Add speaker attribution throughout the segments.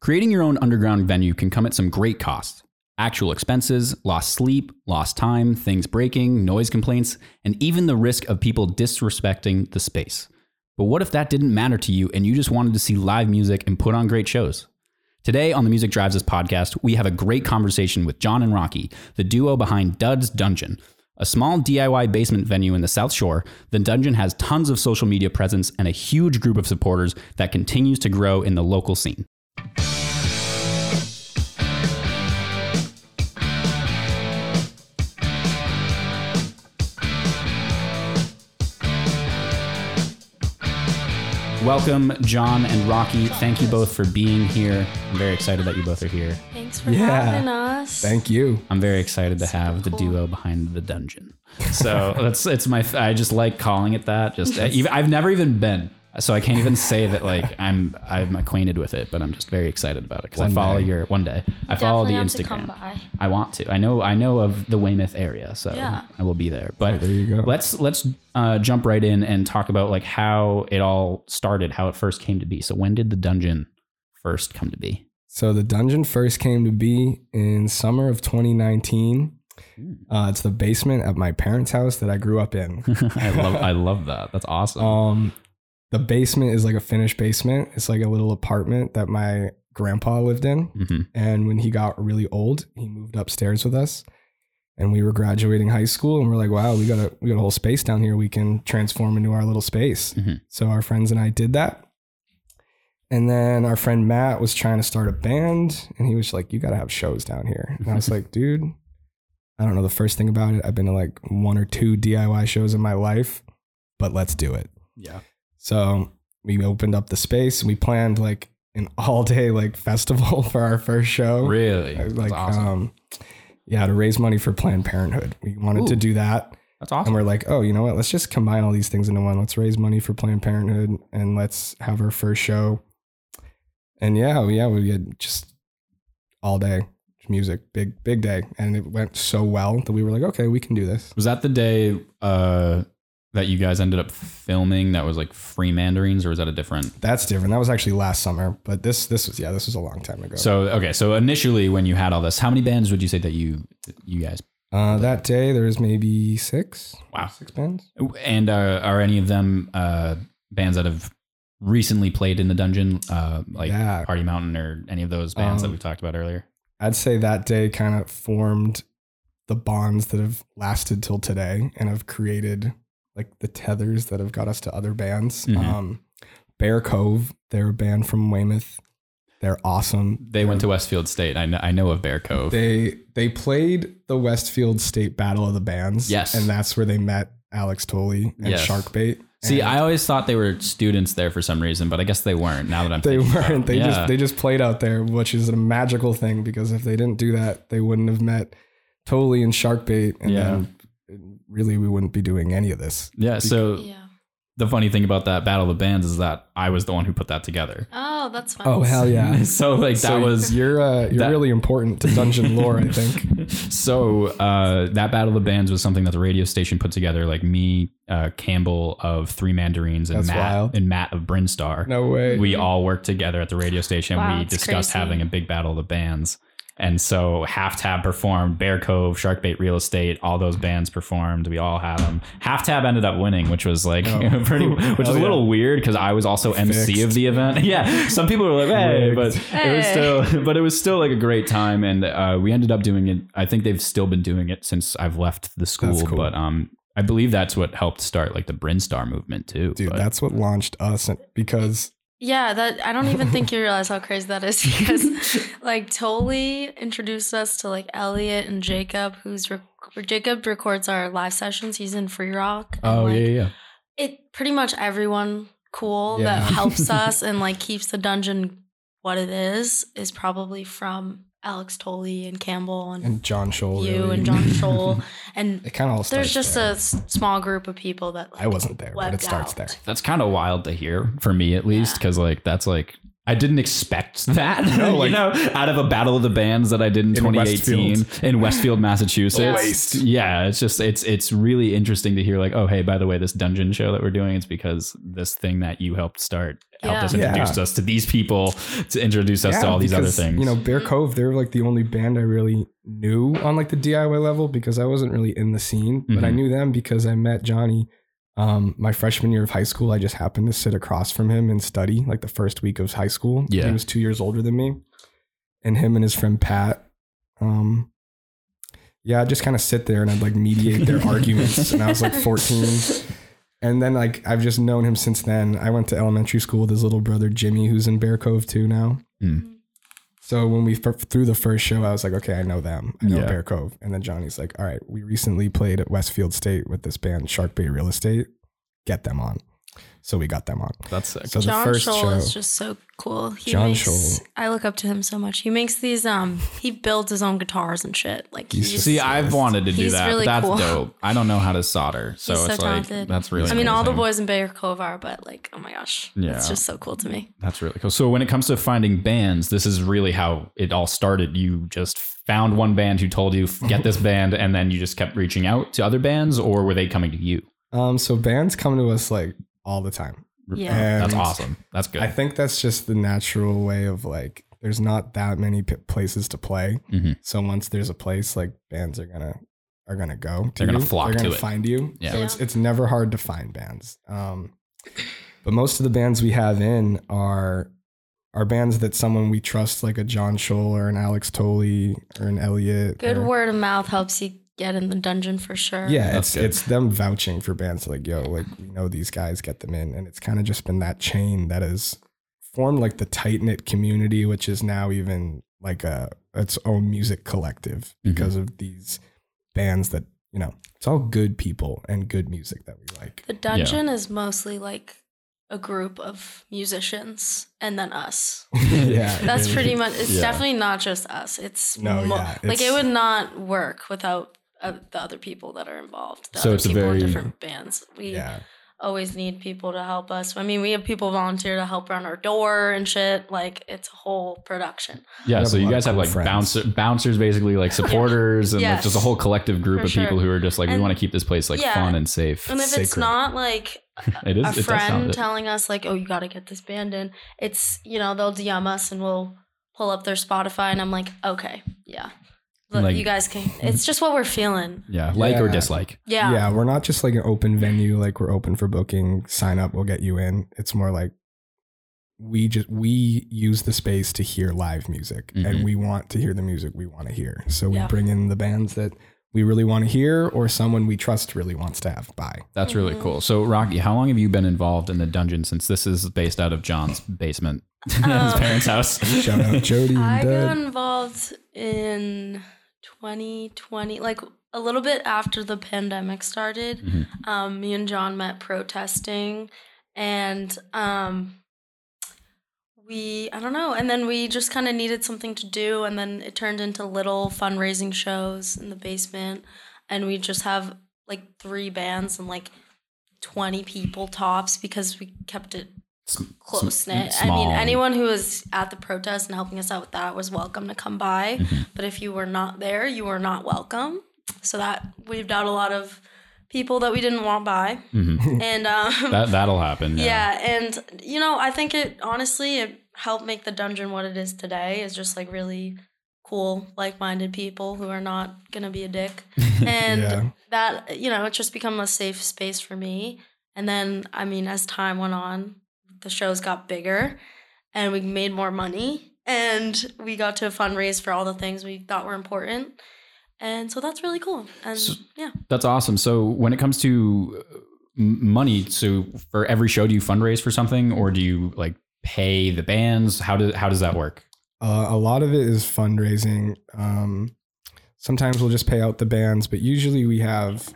Speaker 1: Creating your own underground venue can come at some great cost actual expenses, lost sleep, lost time, things breaking, noise complaints, and even the risk of people disrespecting the space. But what if that didn't matter to you and you just wanted to see live music and put on great shows? Today on the Music Drives Us podcast, we have a great conversation with John and Rocky, the duo behind Dud's Dungeon. A small DIY basement venue in the South Shore, the Dungeon has tons of social media presence and a huge group of supporters that continues to grow in the local scene. Welcome, John and Rocky. Thank you both for being here. I'm very excited that you both are here.
Speaker 2: Thanks for
Speaker 3: Yeah.
Speaker 2: having us.
Speaker 3: Thank you.
Speaker 1: I'm very excited to have the
Speaker 2: cool.
Speaker 1: duo behind the dungeon. So that's it's my I just like calling it that. Just I, even, I've never even been, so I can't even say that like I'm I'm acquainted with it, but I'm just very excited about it because I
Speaker 3: One
Speaker 1: follow
Speaker 3: day.
Speaker 1: your one day. I follow the
Speaker 2: Definitely have to come
Speaker 1: Instagram.
Speaker 2: by.
Speaker 1: I want to. I know I know of the Weymouth area, so
Speaker 2: Yeah.
Speaker 1: I will be there. But
Speaker 3: there you go.
Speaker 1: let's let's uh, jump right in and talk about like how it all started, how it first came to be. So when did the dungeon first come to be?
Speaker 3: So the dungeon first came to be in summer of 2019. Uh, it's the basement at my parents' house that I grew up in.
Speaker 1: I love I love that. That's awesome.
Speaker 3: Um, the basement is like a finished basement. It's like a little apartment that my grandpa lived in.
Speaker 1: hmm
Speaker 3: And when he got really old, he moved upstairs with us. And we were graduating high school, and we're like, "Wow, we got a we got a whole space down here. We can transform into our little space."
Speaker 1: Mhm.
Speaker 3: So our friends and I did that. And then our friend Matt was trying to start a band, and he was like, "You got to have shows down here." And I was like, "Dude, I don't know the first thing about it. I've been to like one or two DIY shows in my life, but let's do it."
Speaker 1: Yeah.
Speaker 3: So we opened up the space and we planned like an all day like festival for our first show.
Speaker 1: Really?
Speaker 3: Uh,
Speaker 1: That's
Speaker 3: Like
Speaker 1: awesome.
Speaker 3: um yeah, to raise money for Planned Parenthood. We wanted
Speaker 1: Ooh.
Speaker 3: to do that.
Speaker 1: That's awesome.
Speaker 3: And we're like, oh, you know what? Let's just combine all these things into one. Let's raise money for Planned Parenthood and let's have our first show. And yeah, yeah, we had just all day music, big, big day. And it went so well that we were like, okay, we can do this.
Speaker 1: Was that the day uh, that you guys ended up filming that was like free mandarins, or was that a different?
Speaker 3: That's different. That was actually last summer, but this, this was, yeah, this was a long time ago.
Speaker 1: So okay, so initially when you had all this, how many bands would you say that you you guys?
Speaker 3: Uh, that day there was maybe six.
Speaker 1: Wow.
Speaker 3: six bands.
Speaker 1: And uh, are any of them uh, bands that have recently played in the dungeon, uh, like
Speaker 3: yeah,
Speaker 1: Party Mountain or any of those bands that
Speaker 3: Um,
Speaker 1: we talked about earlier?
Speaker 3: I'd say that day kind of formed the bonds that have lasted till today and have created like the tethers that have got us to other bands.
Speaker 1: Mhm.
Speaker 3: Um, Bear Cove, they're a band from Weymouth. They're awesome.
Speaker 1: They went to Westfield State. I know, I know of Bear Cove.
Speaker 3: They they played the Westfield State Battle of the Bands.
Speaker 1: Yes.
Speaker 3: and that's where they met Alex Tolley and
Speaker 1: Yes.
Speaker 3: Sharkbait.
Speaker 1: See,
Speaker 3: And
Speaker 1: I always thought they were students there for some reason, but I guess they weren't. Now that I'm
Speaker 3: they
Speaker 1: thinking about
Speaker 3: weren't.
Speaker 1: it.
Speaker 3: They
Speaker 1: Yeah.
Speaker 3: just they just played out there, which is a magical thing because if they didn't do that, they wouldn't have met Totally and Sharkbait, and
Speaker 1: Yeah.
Speaker 3: then really we wouldn't be doing any of this.
Speaker 1: yeah. So
Speaker 2: Yeah.
Speaker 1: the funny thing about that battle of the bands is that I was the one who put that together.
Speaker 2: Oh, that's fun.
Speaker 3: yeah!
Speaker 1: so like that was
Speaker 3: you're uh, you're
Speaker 1: that-
Speaker 3: really important to dungeon lore, I think.
Speaker 1: so uh, that battle of the bands was something that the radio station put together like me uh, campbell of three mandarines and
Speaker 3: That's
Speaker 1: matt
Speaker 3: wild.
Speaker 1: and matt of brinstar
Speaker 3: No way.
Speaker 1: we all worked together at the radio station
Speaker 2: Wow,
Speaker 1: we
Speaker 2: that's
Speaker 1: discussed
Speaker 2: crazy.
Speaker 1: having a big battle of the bands and so half tab performed bear cove sharkbait real estate all those bands performed we all had them half tab ended up winning which was like
Speaker 3: Oh.
Speaker 1: pretty which is
Speaker 3: Hell
Speaker 1: a
Speaker 3: yeah.
Speaker 1: little weird because i was also mc of
Speaker 3: Fixed.
Speaker 1: the event yeah some people were like hey but
Speaker 3: Rigged.
Speaker 1: it was
Speaker 2: Hey.
Speaker 1: still but it was still like a great time and uh, we ended up doing it i think they've still been doing it since i've left the school
Speaker 3: cool.
Speaker 1: but um i believe that's what helped start like the brinstar movement too
Speaker 3: Dude,
Speaker 1: but-
Speaker 3: that's what launched us and- because
Speaker 2: Yeah, that I don't even think you realize how crazy that is because like Tolly introduced us to like Elliot and Jacob, who's rec- Jacob records our live sessions. He's in Free Rock. and,
Speaker 1: oh
Speaker 2: like,
Speaker 1: yeah yeah
Speaker 2: It pretty much everyone cool
Speaker 3: Yeah.
Speaker 2: that helps us and like keeps the dungeon what it is is probably from Alex Tolly and Campbell and,
Speaker 3: and John Scholl.
Speaker 2: you
Speaker 3: really-
Speaker 2: and John Scholl and
Speaker 3: It kind of all starts.
Speaker 2: there's just
Speaker 3: there.
Speaker 2: a s- small group of people that like,
Speaker 3: I wasn't there, but
Speaker 2: webbed
Speaker 3: it starts
Speaker 2: out.
Speaker 3: there.
Speaker 1: that's kind of wild to hear for me at least
Speaker 2: Yeah.
Speaker 1: because like that's like I didn't expect that.
Speaker 3: No, like-
Speaker 1: you know, out of a battle of the bands that I did in,
Speaker 3: In
Speaker 1: 2018 in Westfield, Massachusetts.
Speaker 2: Waste.
Speaker 1: Yeah, it's just it's it's really interesting to hear like, oh hey, by the way, this dungeon show that we're doing, it's because this thing that you helped start helped
Speaker 2: Yeah.
Speaker 1: us
Speaker 3: Yeah.
Speaker 1: introduce us to these people, to introduce us to
Speaker 3: Yeah,
Speaker 1: all these other
Speaker 3: because,
Speaker 1: things.
Speaker 3: You know, Bear Cove, they're like the only band I really knew on like the DIY level because I wasn't really in the scene, but I
Speaker 1: Mhm.
Speaker 3: knew them because I met Johnny um, my freshman year of high school. I just happened to sit across from him and study like the first week of high school.
Speaker 1: Yeah.
Speaker 3: He was two years older than me. And him and his friend Pat, um, yeah, I'd just kind of sit there and I'd like mediate their arguments. And I was like 14. And then like I've just known him since then. I went to elementary school with his little brother Jimmy, who's in Bear Cove too now.
Speaker 1: Mm.
Speaker 3: So when we f- threw the first show, I was like, okay, I know them. I know
Speaker 1: Yeah.
Speaker 3: Bear Cove. And then Johnny's like, all right, we recently played at Westfield State with this band Shark Bay Real Estate. Get them on. So we got them on.
Speaker 1: That's sick.
Speaker 3: So
Speaker 2: John
Speaker 3: the first
Speaker 2: Scholl
Speaker 3: show,
Speaker 2: is just so cool. He
Speaker 3: John
Speaker 2: makes,
Speaker 3: Scholl.
Speaker 2: I look up to him so much. He makes these um he builds his own guitars and shit. Like
Speaker 3: He's
Speaker 2: he's,
Speaker 3: just-
Speaker 1: See, I've wanted to do
Speaker 2: He's
Speaker 1: that,
Speaker 2: really
Speaker 1: but that's
Speaker 2: cool.
Speaker 1: dope. I don't know how to solder, so
Speaker 2: He's so
Speaker 1: it's like
Speaker 2: talented.
Speaker 1: that's really.
Speaker 2: I mean all the
Speaker 1: amazing.
Speaker 2: boys in Bayer Cove are, but like, oh my gosh.
Speaker 1: Yeah.
Speaker 2: It's just so cool to me.
Speaker 1: That's really cool. So when it comes to finding bands, this is really how it all started. You just found one band who told you get this band, and then you just kept reaching out to other bands, or were they coming to you?
Speaker 3: um, so bands come to us like all the time.
Speaker 2: Yeah.
Speaker 1: that's
Speaker 3: And
Speaker 1: awesome. That's good.
Speaker 3: I think that's just the natural way of like, there's not that many p- places to play.
Speaker 1: Mhm.
Speaker 3: So once there's a place, like bands are gonna are gonna go. To
Speaker 1: They're gonna
Speaker 3: you.
Speaker 1: flock
Speaker 3: They're gonna
Speaker 1: to it.
Speaker 3: find you.
Speaker 1: Yeah.
Speaker 3: So it's it's never hard to find bands. Um, but most of the bands we have in are are bands that someone we trust, like a John Scholl or an Alex Tolley or an Elliot.
Speaker 2: Good
Speaker 3: or-
Speaker 2: word of mouth helps you get in the dungeon for sure.
Speaker 3: Yeah,
Speaker 1: That's
Speaker 3: it's
Speaker 1: good.
Speaker 3: it's them vouching for bands like yo, like we know these guys, get them in, and it's kind of just been that chain that has formed like the tight knit community, which is now even like a its own music collective
Speaker 1: Mm-hmm.
Speaker 3: because of these bands that you know it's all good people and good music that we like.
Speaker 2: The dungeon is mostly like a group of musicians and then us.
Speaker 3: yeah,
Speaker 2: That's pretty much. It's
Speaker 1: Yeah.
Speaker 2: definitely not just us. It's
Speaker 3: No,
Speaker 2: mo-
Speaker 3: yeah,
Speaker 2: like
Speaker 3: it's-
Speaker 2: it would not work without uh, the other people that are involved. The
Speaker 1: So
Speaker 2: other
Speaker 1: it's a
Speaker 2: people in
Speaker 1: very-
Speaker 2: different bands. We
Speaker 3: yeah.
Speaker 2: always need people to help us. I mean, we have people volunteer to help around our door and shit. Like it's a whole production.
Speaker 1: yeah.
Speaker 3: have
Speaker 1: So
Speaker 3: a
Speaker 1: you
Speaker 3: lot
Speaker 1: guys
Speaker 3: of
Speaker 1: have
Speaker 3: cool
Speaker 1: like
Speaker 3: friends.
Speaker 1: bouncer, bouncers, basically like supporters, and like
Speaker 2: Yes.
Speaker 1: just a whole collective group
Speaker 2: For
Speaker 1: of people
Speaker 2: sure.
Speaker 1: who are just like we
Speaker 2: And-
Speaker 1: want to keep this place like
Speaker 2: yeah.
Speaker 1: fun and safe.
Speaker 2: And if it's
Speaker 3: Sacred.
Speaker 2: not like
Speaker 1: It is.
Speaker 2: a
Speaker 1: it does
Speaker 2: friend
Speaker 1: sound it.
Speaker 2: telling us like, "Oh, you got to get this band in," it's you know they'll DM us and we'll pull up their Spotify and I'm like, okay, yeah. But
Speaker 1: Like-
Speaker 2: you guys can. It's just what we're feeling.
Speaker 1: Yeah, like or
Speaker 3: Yeah.
Speaker 1: dislike.
Speaker 3: yeah,
Speaker 2: Yeah.
Speaker 3: We're not just like an open venue. Like we're open for booking. Sign up, we'll get you in. It's more like we just we use the space to hear live music,
Speaker 1: Mhm.
Speaker 3: and we want to hear the music we want to hear. So we
Speaker 2: Yeah.
Speaker 3: bring in the bands that we really want to hear, or someone we trust really wants to have by.
Speaker 1: That's really
Speaker 2: Mhm.
Speaker 1: cool. So Rocky, how long have you been involved in the dungeon since this is based out of John's basement at his
Speaker 2: Um,
Speaker 1: parents' house?
Speaker 3: Shout out Jody
Speaker 2: I
Speaker 3: and
Speaker 2: got
Speaker 3: Deb.
Speaker 2: involved in 2020, like a little bit after the pandemic started.
Speaker 1: Mhm.
Speaker 2: Um, me and John met protesting, and um, we, I don't know, and then we just kind of needed something to do, and then it turned into little fundraising shows in the basement, and we just have like three bands and like 20 people tops because we kept it close knit. I mean, anyone who was at the protest and helping us out with that was welcome to come by.
Speaker 1: Mhm.
Speaker 2: But if you were not there, you were not welcome. So that weaved out a lot of people that we didn't want by.
Speaker 1: hmm
Speaker 2: And um,
Speaker 1: That that'll happen. Yeah.
Speaker 2: yeah. and you know, I think it honestly it helped make the dungeon what it is today. Is just like really cool, like-minded people who are not gonna be a dick, and
Speaker 3: Yeah.
Speaker 2: that you know, it's just become a safe space for me. And then, I mean, as time went on, the shows got bigger, and we made more money, and we got to fundraise for all the things we thought were important. And so that's really cool. And
Speaker 1: So-
Speaker 2: yeah,
Speaker 1: That's awesome. So when it comes to uh, m- money, so for every show, do you fundraise for something, or do you like pay the bands? How does how does that work?
Speaker 3: Uh, a lot of it is fundraising. Um, sometimes we'll just pay out the bands, but usually we have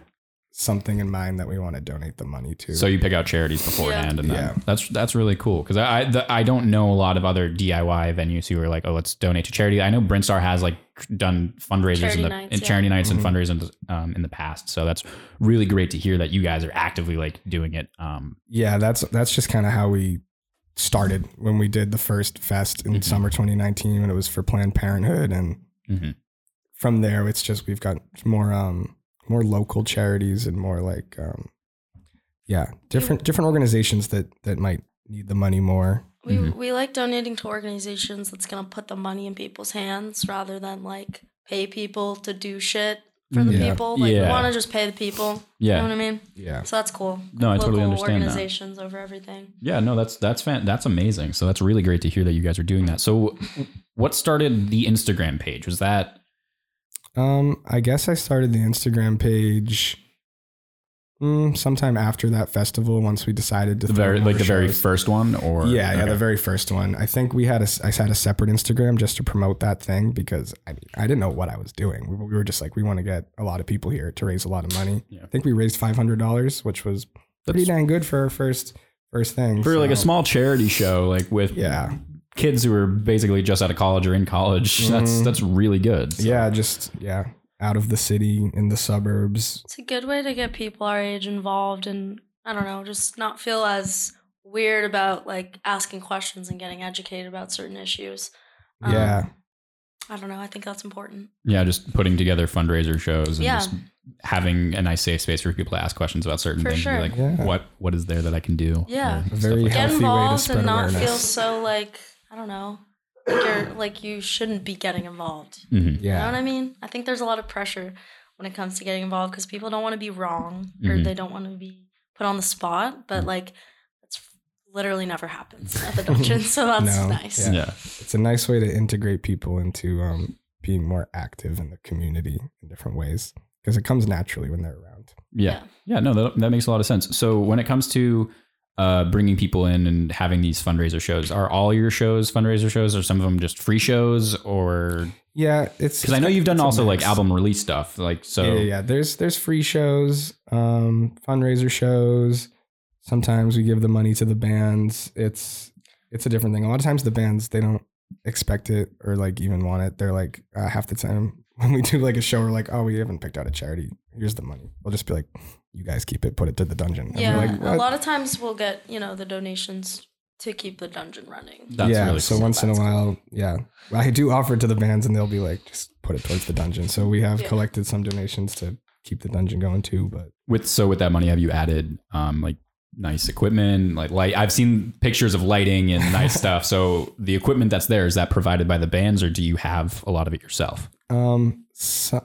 Speaker 3: something in mind that we want to donate the money to.
Speaker 1: So you pick out charities beforehand, and then,
Speaker 3: Yeah.
Speaker 1: that's that's really cool because I I, the, I don't know a lot of other DIY venues who are like, oh, let's donate to charity. I know Brinstar has like done fundraisers
Speaker 2: Charity
Speaker 1: in the
Speaker 2: nights,
Speaker 1: in
Speaker 2: yeah.
Speaker 1: charity nights and
Speaker 3: Mhm.
Speaker 1: fundraisers um, in the past, so that's really great to hear that you guys are actively like doing it. Um,
Speaker 3: yeah, that's that's just kind of how we started when we did the first fest in
Speaker 1: Mhm.
Speaker 3: summer 2019 when it was for Planned Parenthood and
Speaker 1: Mhm.
Speaker 3: from there it's just we've got more um more local charities and more like um yeah, different different organizations that that might need the money more.
Speaker 2: We
Speaker 1: Mhm.
Speaker 2: we like donating to organizations that's gonna put the money in people's hands rather than like pay people to do shit for the
Speaker 3: Yeah.
Speaker 2: people. Like we
Speaker 1: Mm-hmm. Yeah.
Speaker 2: want to just pay the people. You know
Speaker 1: Yeah.
Speaker 2: what I mean?
Speaker 3: Yeah.
Speaker 2: So that's cool.
Speaker 1: No, I totally understand that.
Speaker 2: organizations over everything.
Speaker 1: Yeah, no, that's that's fan- that's amazing. So that's really great to hear that you guys are doing that. So, what started the Instagram page? Was that
Speaker 3: Um I guess I started the Instagram page mm, sometime after that festival once we decided to
Speaker 1: the very
Speaker 3: throw
Speaker 1: like
Speaker 3: more
Speaker 1: the very
Speaker 3: shows.
Speaker 1: first one, or
Speaker 3: yeah, yeah,
Speaker 1: okay.
Speaker 3: the very first one. I think we had a, I had a separate Instagram just to promote that thing because I, mean, I didn't know what I was doing. We, we were just like, we want to get a lot of people here to raise a lot of money.
Speaker 1: Yeah.
Speaker 3: I think we raised five hundred dollars, which was pretty
Speaker 1: That's-
Speaker 3: dang good for our first first thing.
Speaker 1: for like a
Speaker 3: so-
Speaker 1: small charity show, like with
Speaker 3: Yeah,
Speaker 1: kids who are basically just out of college or in college. That's
Speaker 3: Mhm.
Speaker 1: that's really good. So-
Speaker 3: yeah, just yeah, out of the city in the suburbs.
Speaker 2: It's a good way to get people our age involved and I don't know, just not feel as weird about like asking questions and getting educated about certain issues. Um,
Speaker 3: Yeah,
Speaker 2: I don't know. I think that's important.
Speaker 1: yeah, just putting together fundraiser shows and
Speaker 2: Yeah.
Speaker 1: just having a nice safe space for people to ask questions about certain
Speaker 2: For
Speaker 1: things. and be
Speaker 2: sure.
Speaker 1: Like,
Speaker 3: Yeah.
Speaker 1: what what is there that I can do?
Speaker 2: Yeah.
Speaker 1: Or stuff
Speaker 3: Very
Speaker 1: like that.
Speaker 2: Get
Speaker 3: healthy way to
Speaker 2: involved
Speaker 3: spread
Speaker 2: and not feel
Speaker 3: awareness.
Speaker 2: so like I don't know, like you're like you shouldn't be getting involved.
Speaker 1: Mhm.
Speaker 2: You know what
Speaker 3: yeah,
Speaker 2: I mean? I think there's a lot of pressure when it comes to getting involved because people don't want to be wrong or
Speaker 3: Mm-hmm.
Speaker 1: Mhm.
Speaker 2: they don't want to be put on the spot. But
Speaker 3: Mm.
Speaker 1: Mhm.
Speaker 2: like, that's literally never happens at the dungeon, so that's
Speaker 3: No,
Speaker 2: nice.
Speaker 3: Yeah.
Speaker 1: yeah.
Speaker 3: it's a nice way to integrate people into um, being more active in the community in different ways because it comes naturally when they're around.
Speaker 1: Yeah. Yeah. No, that, that makes a lot of sense. So when it comes to uh, bringing people in and having these fundraiser shows, are all your shows fundraiser shows? Are some of them just free shows or?
Speaker 3: Yeah, it's
Speaker 1: Because I know you've done
Speaker 3: it's a
Speaker 1: also like
Speaker 3: mix.
Speaker 1: album release stuff. Like so.
Speaker 3: yeah, yeah, yeah. There's there's free shows, um, fundraiser shows. Sometimes we give the money to the bands. It's it's a different thing. A lot of times the bands they don't expect it or like even want it. They're like uh, half the time when we do like a show, we're like, oh, we haven't picked out a charity. Here's the money. We'll just be like, you guys keep it, put it to the dungeon. And we're
Speaker 2: Yeah,
Speaker 3: like,
Speaker 2: a
Speaker 3: "What?"
Speaker 2: lot of times we'll get you know the donations to keep the dungeon running.
Speaker 1: That's
Speaker 3: yeah.
Speaker 1: really
Speaker 3: so
Speaker 1: cool.
Speaker 3: once in a
Speaker 2: That's cool.
Speaker 3: while, yeah, Well, I do offer it to the bands, and they'll be like, just put it towards the dungeon. So we have
Speaker 2: Yeah.
Speaker 3: collected some donations to keep the dungeon going too, but.
Speaker 1: with so with that money, have you added um like nice equipment like light? I've seen pictures of lighting and nice stuff. So the equipment that's there is that provided by the bands, or do you have a lot of it yourself?
Speaker 3: Um, so,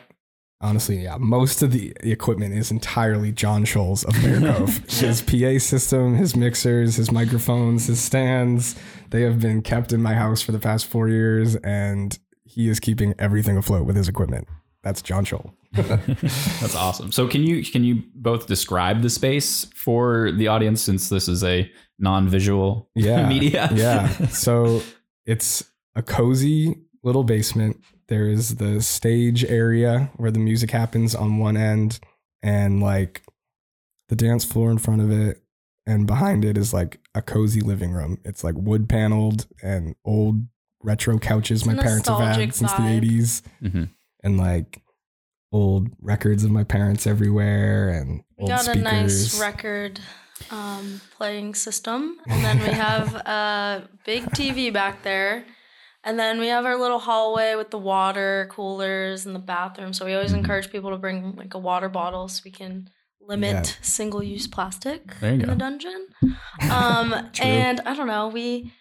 Speaker 3: honestly, yeah, most of the equipment is entirely John Scholes of Bear Cove. his PA system, his mixers, his microphones, his stands, they have been kept in my house for the past four years, and he is keeping everything afloat with his equipment. That's John Scholl.
Speaker 1: That's awesome. So can you can you both describe the space for the audience since this is a non-visual
Speaker 3: Yeah.
Speaker 1: media?
Speaker 3: yeah. So it's a cozy little basement. There is the stage area where the music happens on one end, and like the dance floor in front of it. And behind it is like a cozy living room. It's like wood paneled and old retro couches
Speaker 2: It's
Speaker 3: my
Speaker 2: a
Speaker 3: parents have had
Speaker 2: nostalgic
Speaker 3: since the
Speaker 2: vibe.
Speaker 3: 80s,
Speaker 1: Mhm.
Speaker 3: and like old records of my parents everywhere, and
Speaker 2: We
Speaker 3: old
Speaker 2: got
Speaker 3: speakers.
Speaker 2: a nice record um, playing system, and then we have a big TV back there, and then we have our little hallway with the water coolers and the bathroom. So we always
Speaker 1: Mhm.
Speaker 2: encourage people to bring like a water bottle so we can limit single-use plastic
Speaker 1: There you
Speaker 2: in
Speaker 1: go.
Speaker 2: the dungeon. Um,
Speaker 3: True.
Speaker 2: and I don't know, we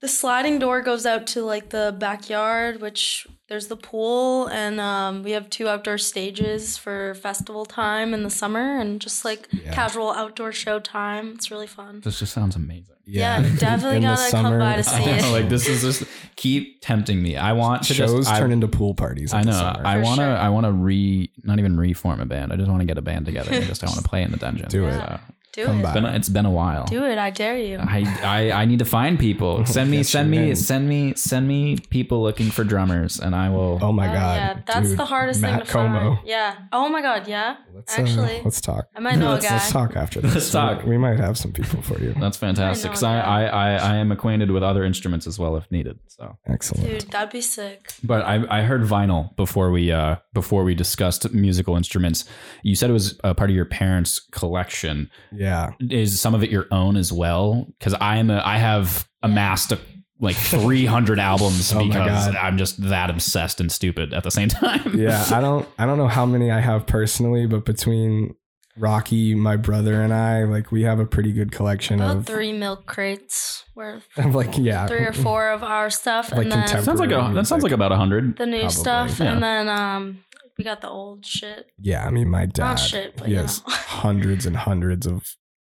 Speaker 2: the sliding door goes out to like the backyard, which there's the pool, and um, we have two outdoor stages for festival time in the summer and just like
Speaker 3: Yeah.
Speaker 2: casual outdoor show time. It's really fun.
Speaker 1: This just sounds amazing.
Speaker 2: Yeah, you definitely
Speaker 3: in the
Speaker 2: gotta come by to
Speaker 3: summer.
Speaker 2: see
Speaker 1: I know,
Speaker 2: it.
Speaker 1: like this is just keep tempting me. I want to
Speaker 3: shows
Speaker 1: just, I-
Speaker 3: turn into pool parties. in
Speaker 1: I
Speaker 3: the
Speaker 1: know.
Speaker 3: summer.
Speaker 1: I
Speaker 2: For
Speaker 1: want to.
Speaker 2: sure.
Speaker 1: I want to re. Not even reform a band. I just want to get a band together. I just I want to play in the dungeon.
Speaker 3: Do it.
Speaker 1: So,
Speaker 2: Do
Speaker 3: Come
Speaker 2: it.
Speaker 1: it's
Speaker 3: by.
Speaker 1: been. It's been a while.
Speaker 2: Do it. I dare you.
Speaker 3: Oh
Speaker 1: I, I I need to find people. Send me.
Speaker 3: Get
Speaker 1: Send
Speaker 3: you
Speaker 1: me.
Speaker 3: in.
Speaker 1: Send me. Send me people looking for drummers, and I will.
Speaker 3: Oh my
Speaker 2: Oh,
Speaker 3: god.
Speaker 2: Yeah, that's
Speaker 3: dude.
Speaker 2: the hardest
Speaker 3: Matt
Speaker 2: thing to
Speaker 3: Como.
Speaker 2: find. Yeah. Oh my god. Yeah.
Speaker 3: Let's,
Speaker 2: Actually,
Speaker 3: uh, let's talk.
Speaker 2: I might know
Speaker 1: Let's-
Speaker 2: a guy.
Speaker 3: Let's talk after this.
Speaker 1: Let's talk.
Speaker 3: We, we might have some people for you.
Speaker 1: That's fantastic. 'cause I,
Speaker 2: I know,
Speaker 1: I, I, I am acquainted with other instruments as well if needed. So,
Speaker 3: Excellent.
Speaker 2: Dude, that'd be sick.
Speaker 1: but I, I heard vinyl before we uh before we discussed musical instruments. You said it was a part of your parents' collection.
Speaker 3: Yeah.
Speaker 1: Is some of it your own as well? Because I am a I have amassed a, like 300 albums
Speaker 3: Oh my
Speaker 1: because
Speaker 3: God.
Speaker 1: I'm just that obsessed and stupid at the same time.
Speaker 3: yeah, I don't I don't know how many I have personally, but between Rocky, my brother, and I, like we have a pretty good collection
Speaker 2: About
Speaker 3: of,
Speaker 2: three milk crates worth,
Speaker 3: of like yeah,
Speaker 2: three or four of our stuff,
Speaker 3: Like
Speaker 2: and then
Speaker 3: contemporary.
Speaker 1: sounds like a that sounds like about 100.
Speaker 2: the new
Speaker 3: Probably,
Speaker 2: stuff,
Speaker 1: yeah.
Speaker 2: and then um, we got the old shit.
Speaker 3: Yeah, I mean my dad.
Speaker 2: Not Oh, shit, but
Speaker 3: he has
Speaker 2: you know.
Speaker 3: hundreds and hundreds of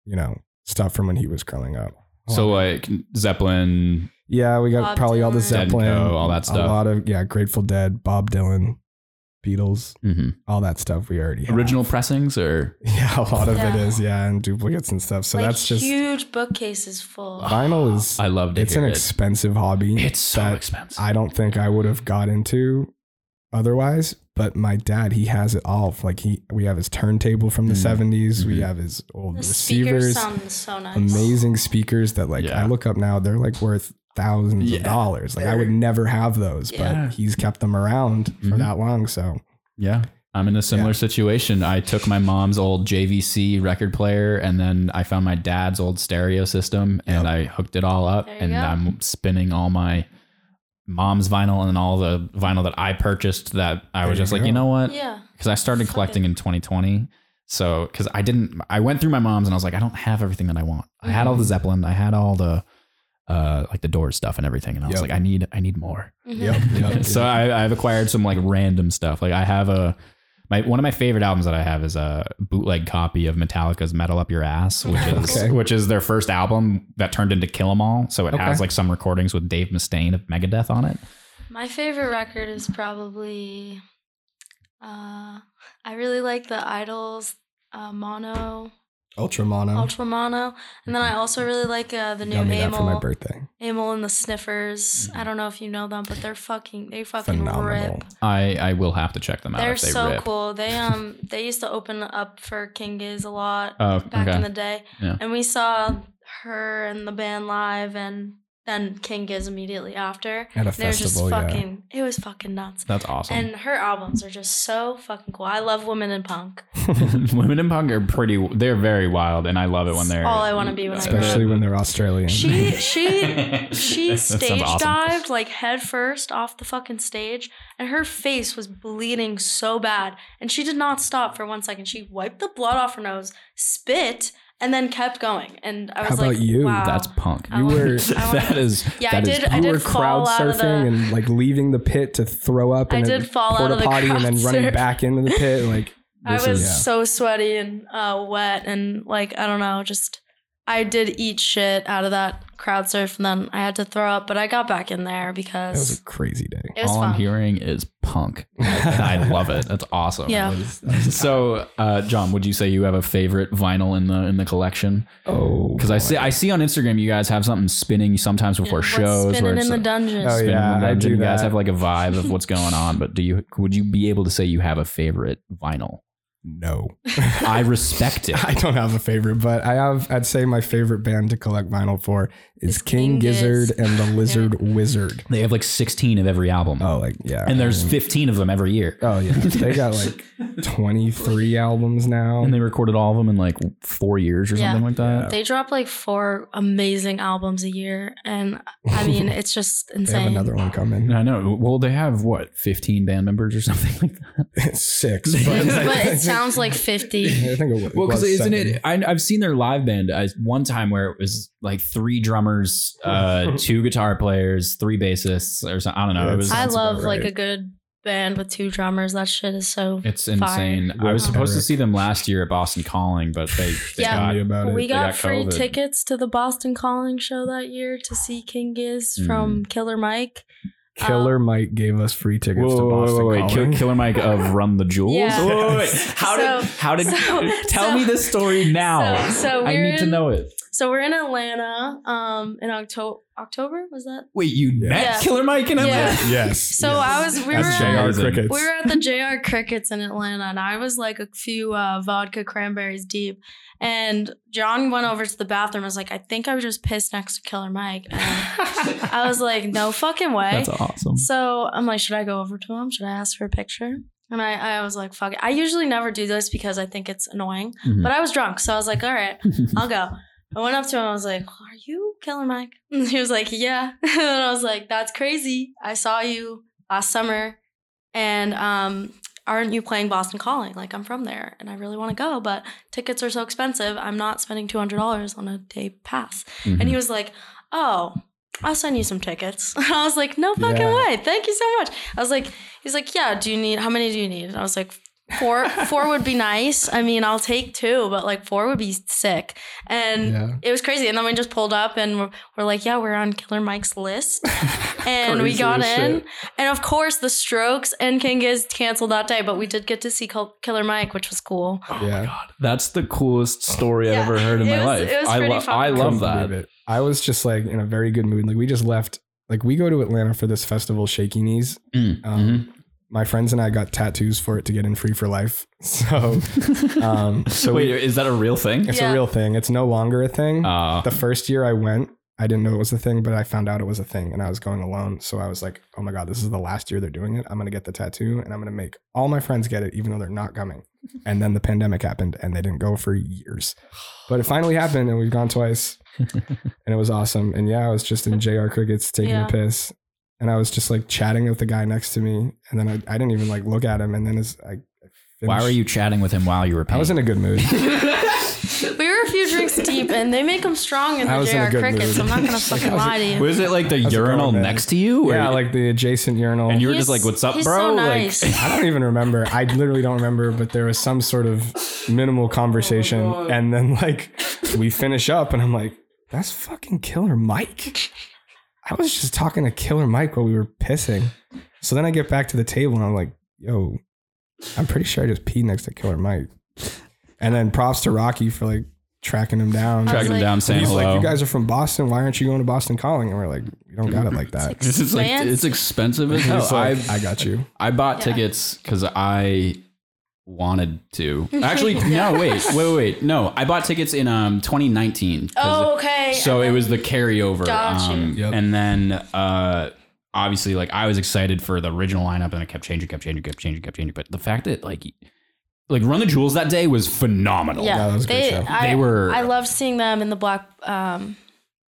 Speaker 3: you know stuff from when he was growing up.
Speaker 1: So like Zeppelin,
Speaker 3: Yeah, we got
Speaker 2: Bob
Speaker 3: probably all the
Speaker 2: Dylan. Dead
Speaker 1: and
Speaker 3: Zeppelin,
Speaker 1: Co, all that
Speaker 3: A
Speaker 1: stuff.
Speaker 3: lot of yeah, Grateful Dead, Bob Dylan, Beatles,
Speaker 1: mhm.
Speaker 3: all that stuff we already have.
Speaker 1: original pressings or
Speaker 3: Yeah, a lot of it
Speaker 2: Yeah.
Speaker 3: is yeah, and duplicates and stuff. So
Speaker 2: like
Speaker 3: that's just
Speaker 2: huge bookcases full.
Speaker 3: vinyl is
Speaker 1: I love to
Speaker 3: it's
Speaker 1: hear
Speaker 3: an
Speaker 1: it.
Speaker 3: expensive hobby.
Speaker 1: It's so
Speaker 3: that
Speaker 1: expensive.
Speaker 3: I don't think I would have got into otherwise. But my dad, he has it all. Like he, we have his turntable from the
Speaker 1: Mm.
Speaker 3: 70s We
Speaker 1: Mhm.
Speaker 3: have his old
Speaker 2: the speakers
Speaker 3: receivers,
Speaker 2: sound so nice.
Speaker 3: amazing speakers that like
Speaker 1: Yeah.
Speaker 3: I look up now. They're like worth thousands
Speaker 1: Yeah.
Speaker 3: of dollars. Like I would
Speaker 1: They're-
Speaker 3: never have those,
Speaker 1: Yeah.
Speaker 3: but he's kept them around for
Speaker 1: Mhm.
Speaker 3: that long. So
Speaker 1: Yeah. I'm in a similar
Speaker 3: Yeah.
Speaker 1: situation. I took my mom's old JVC record player and then I found my dad's old stereo system and I hooked it all up
Speaker 2: There you
Speaker 1: and
Speaker 2: go.
Speaker 1: I'm spinning all my mom's vinyl and all the vinyl that I purchased that I
Speaker 3: There
Speaker 1: was
Speaker 3: you
Speaker 1: just like,
Speaker 3: go.
Speaker 1: you know what?
Speaker 2: Yeah,
Speaker 1: Because I started
Speaker 2: Fuck
Speaker 1: collecting
Speaker 2: it.
Speaker 1: in 2020. So, because I didn't, I went through my mom's and I was like, I don't have everything that I want. I had all
Speaker 2: Mm-hmm.
Speaker 1: the Zeppelin, I had all the, uh, like the Doors stuff and everything. And I was
Speaker 3: Yep.
Speaker 1: like, I need, I need more
Speaker 2: Mhm.
Speaker 3: yep, yep.
Speaker 1: so I, I've acquired some like random stuff. Like I have a my one of my favorite albums that I have is a bootleg copy of Metallica's "Metal Up Your Ass," which is
Speaker 3: Okay.
Speaker 1: which is their first album that turned into Kill 'Em All. So it has
Speaker 3: Okay.
Speaker 1: like some recordings with Dave Mustaine of Megadeth on it.
Speaker 2: My favorite record is probably. Uh, I really like the Idols uh, mono,
Speaker 3: Ultra Mono.
Speaker 2: Ultra Mono, and then I also really like uh, the new
Speaker 3: Got me Oh. Mm-hmm. that for my
Speaker 2: Amel,
Speaker 3: birthday.
Speaker 2: Amel and the Sniffers. I don't know if you know them, but they're fucking they fucking
Speaker 3: Phenomenal.
Speaker 2: rip.
Speaker 1: I I will have to check them out.
Speaker 2: They're
Speaker 1: if they
Speaker 2: so
Speaker 1: rip.
Speaker 2: cool. They um they used to open up for King Giz a lot
Speaker 1: Oh,
Speaker 2: back
Speaker 1: okay.
Speaker 2: in the day,
Speaker 1: Yeah.
Speaker 2: and we saw her and the band live, and then King Giz immediately after.
Speaker 3: At a
Speaker 2: And it was just
Speaker 3: festival, yeah.
Speaker 2: fucking it was fucking nuts.
Speaker 1: That's awesome.
Speaker 2: And her albums are just so fucking cool. I love women in punk.
Speaker 1: Women in punk are pretty. They're very wild, and I love it when they're
Speaker 2: All I wanna be when I grow up.
Speaker 3: Especially when they're Australian.
Speaker 2: She she she
Speaker 1: That sounds
Speaker 2: stage
Speaker 1: awesome.
Speaker 2: dived like head first off the fucking stage, and her face was bleeding so bad, and she did not stop for one second. She wiped the blood off her nose, spit, and then kept going. And I was
Speaker 3: How about
Speaker 2: like,
Speaker 3: you?
Speaker 2: Wow.
Speaker 1: That's punk.
Speaker 2: I wanna-
Speaker 3: were-
Speaker 2: I wanna-
Speaker 1: that is.
Speaker 2: Yeah,
Speaker 1: that
Speaker 2: I
Speaker 1: is
Speaker 2: did. I
Speaker 3: you
Speaker 2: did
Speaker 3: were crowd
Speaker 2: fall out of the.
Speaker 3: surfing and like leaving the pit to throw up
Speaker 2: I
Speaker 3: and
Speaker 2: did fall out of the
Speaker 3: potty and then
Speaker 2: crowd
Speaker 3: running
Speaker 2: surf.
Speaker 3: back into the pit. Like
Speaker 2: I
Speaker 3: this
Speaker 2: was
Speaker 3: is-
Speaker 2: so sweaty and uh, wet and like I don't know, just I did eat shit out of that crowd surf and then I had to throw up, but I got back in there
Speaker 3: That was
Speaker 2: because
Speaker 3: a crazy day.
Speaker 2: it was
Speaker 1: all
Speaker 2: fun.
Speaker 1: I'm hearing is punk. And I love it. That's awesome.
Speaker 2: Yeah.
Speaker 1: So, uh, John, would you say you have a favorite vinyl in the in the collection?
Speaker 3: Oh,
Speaker 1: Because I see I see on Instagram you guys have something spinning sometimes
Speaker 2: Yeah,
Speaker 1: before
Speaker 2: what's
Speaker 1: shows
Speaker 2: spinning
Speaker 1: where it's
Speaker 2: in the dungeon.
Speaker 3: Oh,
Speaker 1: spinning in
Speaker 3: yeah,
Speaker 1: the
Speaker 3: I
Speaker 1: dungeon. You
Speaker 3: do
Speaker 1: guys
Speaker 3: that.
Speaker 1: have like a vibe of what's going on, but do you would you be able to say you have a favorite vinyl?
Speaker 3: no,
Speaker 1: I respect it.
Speaker 3: I don't have a favorite, but I have. I'd say my favorite band to collect vinyl for is
Speaker 2: Is
Speaker 3: King
Speaker 2: King
Speaker 3: Gizzard
Speaker 2: Giz.
Speaker 3: and the Lizard Wizard.
Speaker 1: They have like 16 of every album,
Speaker 3: Oh, like yeah,
Speaker 1: and there's
Speaker 3: I mean-
Speaker 1: 15 of them every year.
Speaker 3: oh yeah, they got like twenty three albums now.
Speaker 1: And they recorded all of them in like four years or
Speaker 2: Yeah.
Speaker 1: something like that.
Speaker 2: They drop like four amazing albums a year, and I mean it's just
Speaker 3: They have
Speaker 2: insane.
Speaker 3: another one coming.
Speaker 1: I know. Well, they have what 15 band members or something like that.
Speaker 3: It's six,
Speaker 2: but
Speaker 3: but,
Speaker 2: it sounds like
Speaker 3: I
Speaker 2: fifty.
Speaker 3: think it was,
Speaker 1: Well, because
Speaker 3: was
Speaker 1: isn't
Speaker 3: seven.
Speaker 1: it? I, I've seen their live band I, one time where it was like three drummers, uh, two guitar players, three bassists, or something. I don't know.
Speaker 3: Yeah,
Speaker 1: it was.
Speaker 2: I
Speaker 3: Sounds about
Speaker 2: love like
Speaker 3: right.
Speaker 2: a good band with two drummers. That shit is so.
Speaker 1: It's
Speaker 2: fire.
Speaker 1: insane. I
Speaker 3: Wow.
Speaker 1: was supposed to
Speaker 3: Eric.
Speaker 1: see them last year at Boston Calling, but they, they
Speaker 2: Yeah.
Speaker 1: got
Speaker 3: Tell me about it.
Speaker 2: we
Speaker 1: they
Speaker 2: got,
Speaker 1: got
Speaker 2: free
Speaker 1: COVID.
Speaker 2: tickets to the Boston Calling show that year to see King Giz
Speaker 1: Mm.
Speaker 2: from Killer Mike.
Speaker 3: Killer Mike gave us free tickets
Speaker 1: Whoa,
Speaker 3: to
Speaker 1: whoa,
Speaker 3: Boston
Speaker 1: whoa, wait,
Speaker 3: Calling.
Speaker 1: Kill- Killer Mike of Run the Jewels.
Speaker 2: Yeah.
Speaker 1: Whoa, wait, wait.
Speaker 3: Yes.
Speaker 1: How did?
Speaker 2: So-
Speaker 1: How did?
Speaker 2: so-
Speaker 1: tell
Speaker 2: so-
Speaker 1: me this story now.
Speaker 2: So, so
Speaker 1: I
Speaker 2: we're
Speaker 1: need to
Speaker 2: in-
Speaker 1: know it.
Speaker 2: So we're in Atlanta um, in October. October was that?
Speaker 1: Wait, you
Speaker 3: Yeah.
Speaker 1: met
Speaker 2: Yeah.
Speaker 1: Killer Mike and
Speaker 2: Yeah.
Speaker 3: Yes.
Speaker 2: So
Speaker 3: yes.
Speaker 2: I was. We
Speaker 1: That's JR
Speaker 2: were. at-
Speaker 3: That's JR
Speaker 1: amazing.
Speaker 3: Crickets.
Speaker 2: We were at the JR Crickets in Atlanta, and I was like a few uh, vodka cranberries deep. And John went over to the bathroom. I was like, I think I was just pissed next to Killer Mike. And I was like, no fucking way.
Speaker 1: That's awesome.
Speaker 2: So I'm like, should I go over to him? Should I ask for a picture? And I, I was like, fuck it. I usually never do this because I think it's annoying.
Speaker 1: Mhm. Mm-hmm.
Speaker 2: But I was drunk. So I was like, all right, I'll go. I went up to him. I was like, are you Killer Mike. And he was like, yeah. and I was like, that's crazy. I saw you last summer. And um, aren't you playing Boston Calling? Like, I'm from there and I really want to go, but tickets are so expensive. I'm not spending $200 on a day pass.
Speaker 1: Mhm.
Speaker 3: Mm-hmm.
Speaker 2: And he was like, oh, I'll send you some tickets. And I was like, no fucking
Speaker 3: Yeah.
Speaker 2: way. Thank you so much. I was like, he's like, yeah, do you need, how many do you need? And I was like, four, four would be nice. I mean, I'll take two, but like four would be sick. And
Speaker 3: Yeah.
Speaker 2: it was crazy. And then we just pulled up and we're, we're like, yeah, we're on Killer Mike's list. And we
Speaker 3: Crazy
Speaker 2: got
Speaker 3: as
Speaker 2: in.
Speaker 3: shit.
Speaker 2: And of course, the Strokes and King is canceled that day, but we did get to see Col- Killer Mike, which was cool.
Speaker 3: yeah.
Speaker 1: That's the coolest story
Speaker 2: Yeah.
Speaker 1: I've ever heard in
Speaker 2: It
Speaker 1: my
Speaker 2: was-
Speaker 1: life.
Speaker 2: it was
Speaker 1: I,
Speaker 2: pretty
Speaker 1: lo-
Speaker 2: fun.
Speaker 1: I love
Speaker 3: Couldn't
Speaker 1: that.
Speaker 3: believe it. I was just like in a very good mood. Like we just left. Like we go to Atlanta for this festival, Shaky Knees.
Speaker 1: Mm,
Speaker 3: Um, My friends and I got tattoos for it to get in free for life. So
Speaker 1: mhm.
Speaker 3: um, so
Speaker 1: Wait,
Speaker 3: we-
Speaker 1: is that a real thing?
Speaker 3: it's
Speaker 2: Yeah.
Speaker 3: a real thing. It's no longer a thing.
Speaker 1: Uh,
Speaker 3: the first year I went, I didn't know it was a thing, but I found out it was a thing, and I was going alone. So I was like, oh my god, this is the last year they're doing it. I'm gonna get the tattoo, and I'm gonna make all my friends get it, even though they're not coming. And then the pandemic happened, and they didn't go for years. But it finally happened, and we've gone twice, and it was awesome. And yeah, I was just in JR Crickets taking
Speaker 2: Yeah.
Speaker 3: a piss, and I was just like chatting with the guy next to me, and then I, I didn't even like look at him, and then as I, I
Speaker 1: why were
Speaker 3: finished-
Speaker 1: you chatting with him while you were
Speaker 3: I
Speaker 1: paying?
Speaker 3: was in a good mood.
Speaker 2: We were a few drinks deep, and they make them strong in
Speaker 3: I
Speaker 2: the
Speaker 3: was in a
Speaker 2: JR
Speaker 3: good
Speaker 2: Crickets.
Speaker 3: mood.
Speaker 2: I'm not gonna fucking lie to you.
Speaker 1: Was it like the
Speaker 3: How's it going,
Speaker 1: urinal
Speaker 3: man?
Speaker 1: next to you? or-
Speaker 3: yeah, like the adjacent urinal.
Speaker 1: and you were
Speaker 2: He's-
Speaker 1: just like, "What's up,
Speaker 2: he's
Speaker 1: bro?"
Speaker 2: so
Speaker 1: Like-
Speaker 2: nice.
Speaker 3: I don't even remember. I literally don't remember, but there was some sort of minimal conversation. and then, like, we finish up, and I'm like, that's fucking Killer Mike. I was just talking to Killer Mike while we were pissing. So then I get back to the table, and I'm like, yo, I'm pretty sure I just peed next to Killer Mike. And then props to Rocky for like tracking him down.
Speaker 2: I was
Speaker 1: tracking him
Speaker 2: like-
Speaker 1: down, saying
Speaker 3: He's
Speaker 1: hello.
Speaker 3: like, you guys are from Boston. Why aren't you going to Boston Calling? And we're like, you don't got it like that.
Speaker 2: It's
Speaker 1: this is like it's expensive as
Speaker 3: He's
Speaker 1: hell.
Speaker 3: like,
Speaker 1: I
Speaker 3: Oh, I got you.
Speaker 1: I bought
Speaker 2: Yeah.
Speaker 1: tickets because I wanted to. Actually, no, wait, wait, wait, wait. No, I bought tickets in um 2019. 'cause-
Speaker 2: Oh, okay.
Speaker 1: So it was the carryover.
Speaker 2: Gotcha.
Speaker 1: Um,
Speaker 3: Yep.
Speaker 1: And then uh, obviously, like I was excited for the original lineup, and it kept changing, kept changing, kept changing, kept changing. But the fact that like, like Run the Jewels that day was phenomenal.
Speaker 2: Yeah,
Speaker 3: that was a
Speaker 2: they,
Speaker 3: great show.
Speaker 2: I,
Speaker 1: They were-
Speaker 2: I loved seeing them in the black um,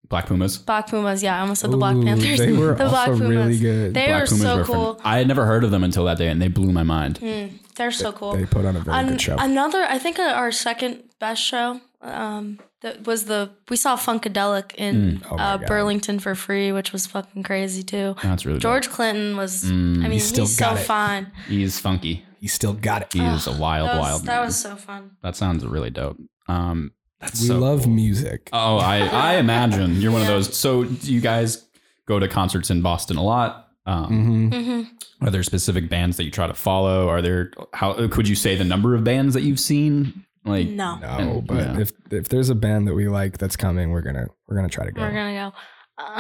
Speaker 1: Black Pumas.
Speaker 2: black pumas. Yeah, I almost said the black
Speaker 3: Ooh,
Speaker 2: panthers.
Speaker 3: They were
Speaker 2: the black
Speaker 3: also
Speaker 2: pumas.
Speaker 3: really good.
Speaker 2: They
Speaker 1: Black
Speaker 2: were
Speaker 1: Pumas
Speaker 2: so
Speaker 1: were
Speaker 2: cool.
Speaker 1: phen- I had never heard of them until that day, and they blew my mind.
Speaker 2: Mm, they're so cool.
Speaker 3: They put on a very
Speaker 2: An-
Speaker 3: good show.
Speaker 2: Another, I think uh, our second best show um, that was the we saw Funkadelic in
Speaker 3: Oh my
Speaker 2: uh,
Speaker 3: God.
Speaker 2: Burlington for free, which was fucking crazy too.
Speaker 1: That's really
Speaker 2: George Clinton was,
Speaker 1: Mm,
Speaker 2: I mean,
Speaker 3: he's still
Speaker 2: he's so
Speaker 3: got it.
Speaker 2: fine.
Speaker 1: Dope. He's funky.
Speaker 3: you still got it.
Speaker 1: He is a wild,
Speaker 2: That was,
Speaker 1: wild.
Speaker 2: that
Speaker 1: man.
Speaker 2: was so fun.
Speaker 1: That sounds really dope. Um, that's
Speaker 3: We
Speaker 1: so
Speaker 3: love
Speaker 1: cool.
Speaker 3: music.
Speaker 1: Oh, I I imagine you're one
Speaker 2: Yeah.
Speaker 1: of those. So do you guys go to concerts in Boston a lot? Um,
Speaker 3: hmm
Speaker 2: hmm
Speaker 1: Are there specific bands that you try to follow? Are there how could you say the number of bands that you've seen? Like
Speaker 2: No,
Speaker 3: No, but
Speaker 1: Yeah.
Speaker 3: if if there's a band that we like that's coming, we're gonna we're gonna try to go.
Speaker 2: we're gonna go.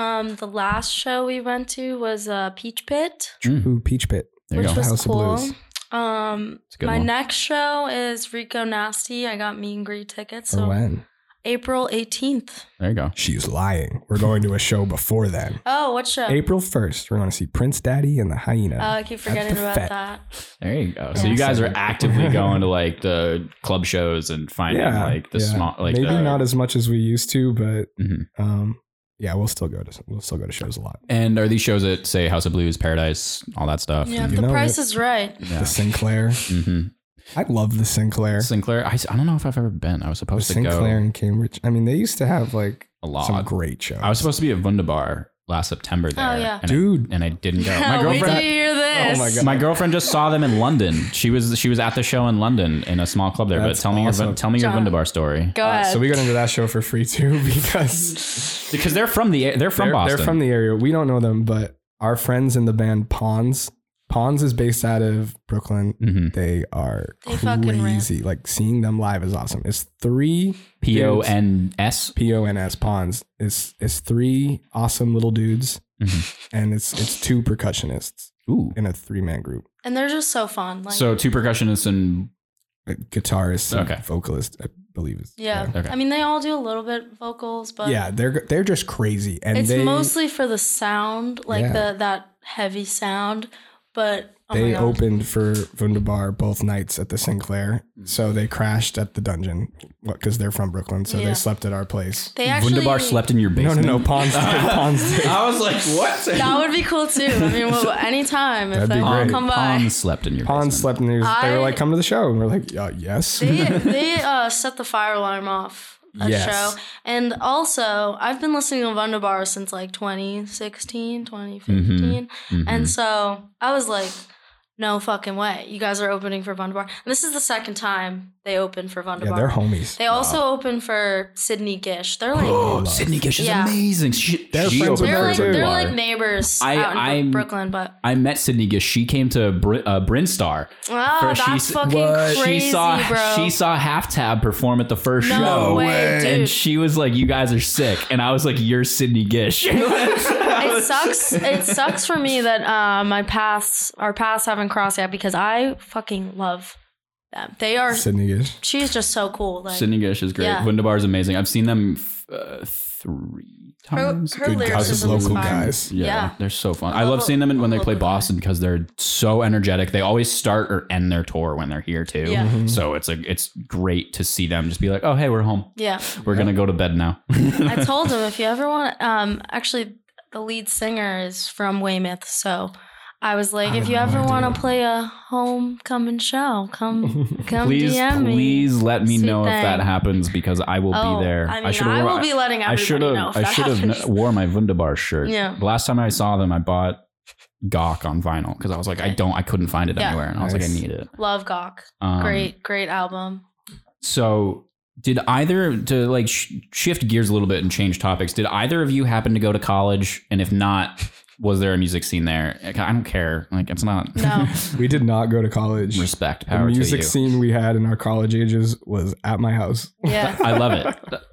Speaker 2: Um, the last show we went to was uh, Peach Pit,
Speaker 3: Ooh, Peach Pit.
Speaker 1: there you
Speaker 2: which
Speaker 1: go.
Speaker 2: was
Speaker 3: House of
Speaker 2: cool.
Speaker 3: Blues.
Speaker 2: Um,
Speaker 1: It's a good
Speaker 2: my
Speaker 1: one.
Speaker 2: next show is Rico Nasty. I got meet and greet tickets.
Speaker 3: or
Speaker 2: So
Speaker 3: when?
Speaker 2: April 18th.
Speaker 1: there you go.
Speaker 3: She's lying. We're going to a show before then.
Speaker 2: Oh, what show?
Speaker 3: April first, we're gonna see Prince Daddy and the Hyena.
Speaker 2: Oh, I keep forgetting
Speaker 3: the
Speaker 2: about
Speaker 3: Fet.
Speaker 2: that.
Speaker 1: There you go. So
Speaker 2: Yeah.
Speaker 1: you guys are actively going to like the club shows and finding like the
Speaker 3: yeah.
Speaker 1: small like
Speaker 3: maybe
Speaker 1: the,
Speaker 3: not as much as we used to, but
Speaker 1: Mhm.
Speaker 3: um, yeah, we'll still go to some- we'll still go to shows a lot.
Speaker 1: And are these shows at say House of Blues, Paradise, all that stuff? Mm-hmm.
Speaker 2: Yeah,
Speaker 3: You
Speaker 2: the
Speaker 3: know
Speaker 2: price
Speaker 3: it.
Speaker 2: is right.
Speaker 1: Yeah.
Speaker 3: The Sinclair,
Speaker 1: hmm
Speaker 3: I love the Sinclair.
Speaker 1: Sinclair. I, I don't know if I've ever been. I was
Speaker 3: The
Speaker 1: supposed to
Speaker 3: Sinclair
Speaker 1: go
Speaker 3: in Cambridge. I mean, they used to have like
Speaker 1: a lot.
Speaker 3: some great shows.
Speaker 1: I was supposed to be at Wundabar last September there.
Speaker 2: Oh, yeah.
Speaker 1: and I-
Speaker 3: dude.
Speaker 1: and I didn't go. My
Speaker 2: Wait till you
Speaker 1: girlfriend.
Speaker 2: hear this.
Speaker 3: Oh my God.
Speaker 1: My girlfriend just saw them in London. She was she was at the show in London in a small club there.
Speaker 3: That's
Speaker 1: but tell me your
Speaker 3: awesome.
Speaker 1: tell me your
Speaker 2: John.
Speaker 1: Wundabar story
Speaker 2: Go
Speaker 3: Uh,
Speaker 2: ahead.
Speaker 3: so we got into that show for free too because
Speaker 1: because they're from the they're from
Speaker 3: they're,
Speaker 1: Boston.
Speaker 3: they're from the area. We don't know them, but our friends in the band Pawns. Pawns is based out of Brooklyn.
Speaker 1: hmm
Speaker 3: They are
Speaker 2: They fucking rip.
Speaker 3: crazy. Like seeing them live is awesome. It's three
Speaker 1: P O N S.
Speaker 3: P O N S Pawns. It's it's three awesome little dudes,
Speaker 1: Mhm.
Speaker 3: and it's it's two percussionists
Speaker 1: Ooh.
Speaker 3: in a three man group.
Speaker 2: and they're just so fun. Like,
Speaker 1: So two percussionists and
Speaker 3: A guitarist, and
Speaker 1: Okay.
Speaker 3: vocalist, I believe. is-
Speaker 2: yeah.
Speaker 1: Okay.
Speaker 2: I mean, they all do a little bit vocals, but
Speaker 3: yeah. They're they're just crazy, and
Speaker 2: it's
Speaker 3: they
Speaker 2: mostly for the sound, like
Speaker 3: Yeah.
Speaker 2: the that heavy sound. But oh my
Speaker 3: they
Speaker 2: God.
Speaker 3: opened for Wunderbar both nights at the Sinclair. So they crashed at the dungeon because they're from Brooklyn. So
Speaker 2: Yeah.
Speaker 3: they slept at our place.
Speaker 2: They actually
Speaker 1: Wunderbar slept in your
Speaker 3: No,
Speaker 1: basement.
Speaker 3: no, no. Pawns did. Pawns did.
Speaker 1: I was like, what?
Speaker 2: That would be cool too. I mean, well, anytime if
Speaker 3: That'd be
Speaker 2: they all
Speaker 3: great.
Speaker 2: come by.
Speaker 1: Pawn slept in your
Speaker 3: Pawns
Speaker 1: basement.
Speaker 3: slept and they, was, they were
Speaker 2: I-
Speaker 3: like, come to the show. And we're like, uh, yes.
Speaker 2: They they uh, set the fire alarm off a
Speaker 3: Yes.
Speaker 2: show, and also I've been listening to Wunderbar since like 2016, 2015,
Speaker 3: Mm-hmm.
Speaker 2: and so I was like. No fucking way. You guys are opening for Wunderbar. And this is the second time they open for Wunderbar.
Speaker 3: yeah, they're homies.
Speaker 2: They also open for Sydney Gish. They're
Speaker 1: Oh,
Speaker 2: like
Speaker 1: Sydney Gish is
Speaker 2: Yeah.
Speaker 1: amazing. She,
Speaker 3: They're
Speaker 1: she
Speaker 3: friends with
Speaker 1: opened
Speaker 2: they're
Speaker 3: her
Speaker 1: for
Speaker 2: like they're
Speaker 1: Wunderbar.
Speaker 2: like neighbors
Speaker 1: I-
Speaker 2: out in Bro-
Speaker 1: I'm-
Speaker 2: Brooklyn, but
Speaker 1: I met Sydney Gish. She came to Br- uh, Brinstar.
Speaker 2: oh,
Speaker 1: Bro,
Speaker 2: that's
Speaker 1: she's-
Speaker 2: fucking
Speaker 3: what? She
Speaker 2: crazy,
Speaker 1: she saw
Speaker 2: bro.
Speaker 1: she saw Half Tab perform at the first
Speaker 2: No
Speaker 1: show,
Speaker 2: way, dude.
Speaker 1: and she was like, "You guys are sick," and I was like, "You're Sydney Gish."
Speaker 2: it sucks. It sucks for me that uh, my paths, our paths, haven't crossed yet because I fucking love them. They are.
Speaker 3: Sydney Gish.
Speaker 2: She's just so cool. Like
Speaker 1: Sydney Gish is great.
Speaker 2: Yeah.
Speaker 1: Wunderbar is amazing. I've seen them f- uh, three
Speaker 2: her,
Speaker 1: times.
Speaker 2: her
Speaker 3: Good
Speaker 2: lyrics
Speaker 3: guys,
Speaker 2: is
Speaker 3: local
Speaker 2: inspiring.
Speaker 3: guys.
Speaker 1: Yeah,
Speaker 2: Yeah.
Speaker 1: they're so fun. I
Speaker 2: love
Speaker 1: love seeing them when they
Speaker 2: love
Speaker 1: play
Speaker 2: them.
Speaker 1: Boston because they're so energetic. They always start or end their tour when they're here too.
Speaker 2: Yeah.
Speaker 3: Mhm.
Speaker 1: So it's like it's great to see them just be like, "Oh, hey, we're home.
Speaker 2: Yeah,
Speaker 1: We're gonna go to bed now."
Speaker 2: I told him if you ever want. Um, actually, the lead singer is from Weymouth, so. I was like,
Speaker 3: I
Speaker 2: if you
Speaker 3: have no
Speaker 2: ever want
Speaker 3: idea.
Speaker 2: to play a homecoming show, come, come
Speaker 1: please,
Speaker 2: DM me.
Speaker 1: please let me
Speaker 2: Sweet
Speaker 1: know if that
Speaker 2: thing.
Speaker 1: happens because I will be there.
Speaker 2: I mean, I,
Speaker 1: should've wore-
Speaker 2: will be letting
Speaker 1: I
Speaker 2: everybody
Speaker 1: should
Speaker 2: know
Speaker 1: have.
Speaker 2: if
Speaker 1: I
Speaker 2: that
Speaker 1: should have
Speaker 2: happens.
Speaker 1: wore my Wunderbar shirt.
Speaker 2: Yeah.
Speaker 1: The last time I saw them, I bought Gawk on vinyl because I was like, I
Speaker 2: Okay.
Speaker 1: don't, I couldn't find it
Speaker 2: Yeah.
Speaker 1: anywhere, and I was like, I
Speaker 3: Nice.
Speaker 1: need it.
Speaker 2: Love Gawk.
Speaker 1: Um,
Speaker 2: Great, great album.
Speaker 1: So, did either to like sh- shift gears a little bit and change topics? Did either of you happen to go to college? And if not, was there a music scene there? I don't care. Like, it's not
Speaker 2: No.
Speaker 3: We did not go to college.
Speaker 1: respect.
Speaker 3: The
Speaker 1: Power to
Speaker 3: music
Speaker 1: you.
Speaker 3: scene we had in our college ages was at my house.
Speaker 2: Yeah.
Speaker 1: I love it.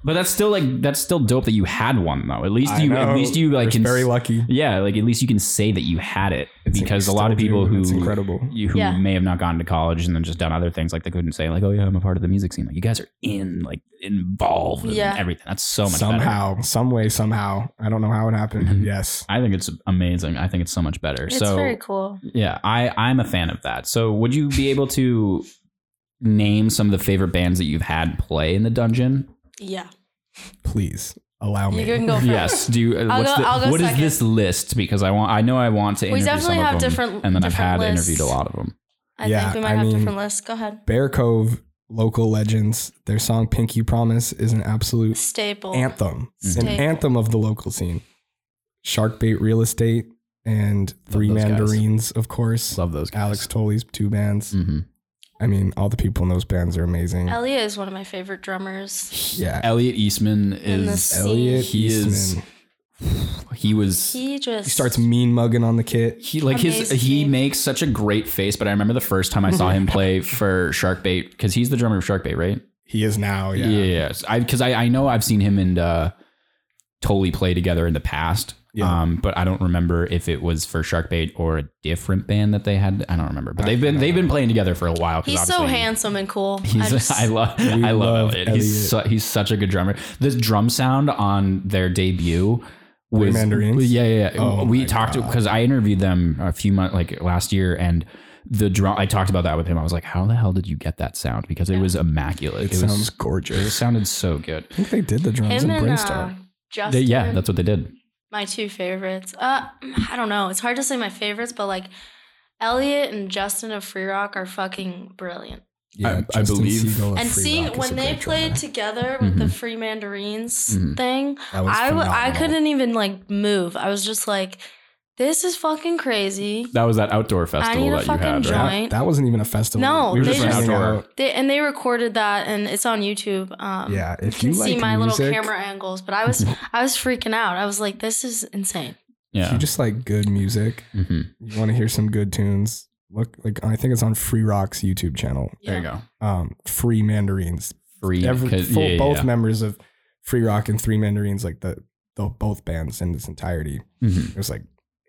Speaker 1: But that's still like that's still dope that you had one though. At least
Speaker 3: I
Speaker 1: you
Speaker 3: know.
Speaker 1: at least you
Speaker 3: We're
Speaker 1: like can
Speaker 3: very lucky.
Speaker 1: yeah, like at least you can say that you had it
Speaker 3: It's-
Speaker 1: because
Speaker 3: we
Speaker 1: a lot of
Speaker 3: still
Speaker 1: people
Speaker 3: do, and
Speaker 1: who
Speaker 3: it's incredible.
Speaker 1: you who
Speaker 2: Yeah.
Speaker 1: may have not gone to college and then just done other things like they couldn't say like oh yeah I'm a part of the music scene like you guys are in like involved in
Speaker 2: Yeah.
Speaker 1: everything that's so much better.
Speaker 3: somehow, some way, somehow. I don't know how it
Speaker 1: Mhm.
Speaker 3: happened. yes.
Speaker 1: I think it's amazing. I think it's so much better.
Speaker 2: It's
Speaker 1: so
Speaker 2: very cool.
Speaker 1: yeah, I I'm a fan of that. So would you be able to name some of the favorite bands that you've had play in the dungeon
Speaker 2: Yeah.
Speaker 3: Please allow me.
Speaker 2: You can go first.
Speaker 1: Yes. Do you? uh,
Speaker 2: I'll
Speaker 1: what's
Speaker 2: go-
Speaker 1: the-
Speaker 2: I'll go
Speaker 1: what is
Speaker 2: second.
Speaker 1: this list? Because I want. I know I want to. Interview
Speaker 2: definitely
Speaker 1: some of
Speaker 2: have
Speaker 1: them,
Speaker 2: different-
Speaker 1: And then I've had
Speaker 2: different
Speaker 1: interviewed a
Speaker 2: lists.
Speaker 1: lot of them.
Speaker 2: I
Speaker 3: Yeah,
Speaker 2: think we might
Speaker 3: I
Speaker 2: have
Speaker 3: mean-
Speaker 2: different lists. Go ahead.
Speaker 3: Bear Cove, local legends. Their song Pinky Promise is an absolute
Speaker 2: Staple.
Speaker 3: anthem, an
Speaker 2: Staple.
Speaker 3: anthem of the local scene. Sharkbait Real Estate and Three
Speaker 1: those guys.
Speaker 3: Mandarines, of course.
Speaker 1: Love those guys.
Speaker 3: Alex Tolley's two bands.
Speaker 1: Mhm.
Speaker 3: I mean, all the people in those bands are amazing.
Speaker 2: Elliot is one of my favorite drummers.
Speaker 3: yeah.
Speaker 1: Elliot Eastman
Speaker 2: In the
Speaker 1: is.
Speaker 2: scene.
Speaker 3: Elliot
Speaker 1: He is-
Speaker 3: Eastman.
Speaker 1: He was. He,
Speaker 2: He just
Speaker 3: He starts mean mugging on the kit.
Speaker 1: like his.
Speaker 2: Amazed
Speaker 1: He
Speaker 2: me.
Speaker 1: makes such a great face. But I remember the first time I saw him play for Sharkbait because he's the drummer of Sharkbait, right?
Speaker 3: He is now, yeah.
Speaker 1: Yes. I because I I know I've seen him and uh, Totally play together in the past.
Speaker 3: Yeah.
Speaker 1: Um, but I don't remember if it was for Sharkbait or a different band that they had. I don't remember. But
Speaker 3: I-
Speaker 1: they've been
Speaker 3: I don't
Speaker 1: they've been
Speaker 3: know.
Speaker 1: playing together for a while. 'cause
Speaker 2: He's so
Speaker 1: obviously-
Speaker 2: handsome and cool.
Speaker 1: He's,
Speaker 2: I
Speaker 1: I,
Speaker 2: just,
Speaker 1: love
Speaker 3: We
Speaker 1: I love
Speaker 3: love
Speaker 1: Elliot. He's su-
Speaker 3: Elliot.
Speaker 1: he's such a good drummer. This drum sound on their debut was
Speaker 3: Mandarins?
Speaker 1: Yeah, yeah. yeah.
Speaker 3: Oh
Speaker 1: we
Speaker 3: my
Speaker 1: talked
Speaker 3: God.
Speaker 1: because I interviewed them a few months like last year and. The drum. I talked about that with him. I was like, "How the hell did you get that sound?" Because it was immaculate.
Speaker 3: It,
Speaker 1: was-
Speaker 3: sounds
Speaker 1: It
Speaker 3: gorgeous.
Speaker 1: sounded so good.
Speaker 3: I think they did the drums
Speaker 2: him
Speaker 3: in
Speaker 2: and
Speaker 3: Brinstar.
Speaker 2: uh, Justin.
Speaker 1: They, yeah, that's what they did.
Speaker 2: my two favorites. Uh, I don't know. It's hard to say my favorites, but like Elliot and Justin of Free Rock are fucking brilliant.
Speaker 1: I- I believe-
Speaker 3: Siegel of
Speaker 2: and
Speaker 3: Free
Speaker 2: seeing
Speaker 3: Rock is a
Speaker 2: when they
Speaker 3: great
Speaker 2: played
Speaker 3: drummer.
Speaker 2: together with the
Speaker 1: Mhm.
Speaker 2: Free Mandarines
Speaker 1: Mhm.
Speaker 2: thing,
Speaker 3: That was
Speaker 2: I, w- I
Speaker 3: phenomenal.
Speaker 2: couldn't even like move. I was just like, this is fucking crazy.
Speaker 1: That was that outdoor festival
Speaker 2: need a
Speaker 1: that you had.
Speaker 2: fucking
Speaker 1: right?
Speaker 2: joint.
Speaker 3: That, that wasn't even a festival.
Speaker 2: No,
Speaker 1: We were
Speaker 2: they
Speaker 1: just an
Speaker 2: just-
Speaker 1: outdoor.
Speaker 2: They, and they recorded that, and it's on YouTube. Um,
Speaker 3: Yeah, if
Speaker 2: you
Speaker 3: you
Speaker 2: can see
Speaker 3: like
Speaker 2: my little
Speaker 3: music-
Speaker 2: camera angles, but I was I was freaking out. I was like, this is insane.
Speaker 3: If
Speaker 1: Yeah.
Speaker 3: you just like good music,
Speaker 2: Mm-hmm.
Speaker 1: hmm
Speaker 3: you want to hear some good tunes. Look, like I think it's on Free Rock's YouTube channel.
Speaker 1: There you go.
Speaker 3: Um, Free Mandarines.
Speaker 1: Free.
Speaker 3: Every,
Speaker 1: 'cause-
Speaker 3: full,
Speaker 1: yeah, yeah,
Speaker 3: both
Speaker 1: yeah.
Speaker 3: members of Free Rock and Three Mandarines, like the, the both bands in its entirety.
Speaker 1: Mhm.
Speaker 3: There's like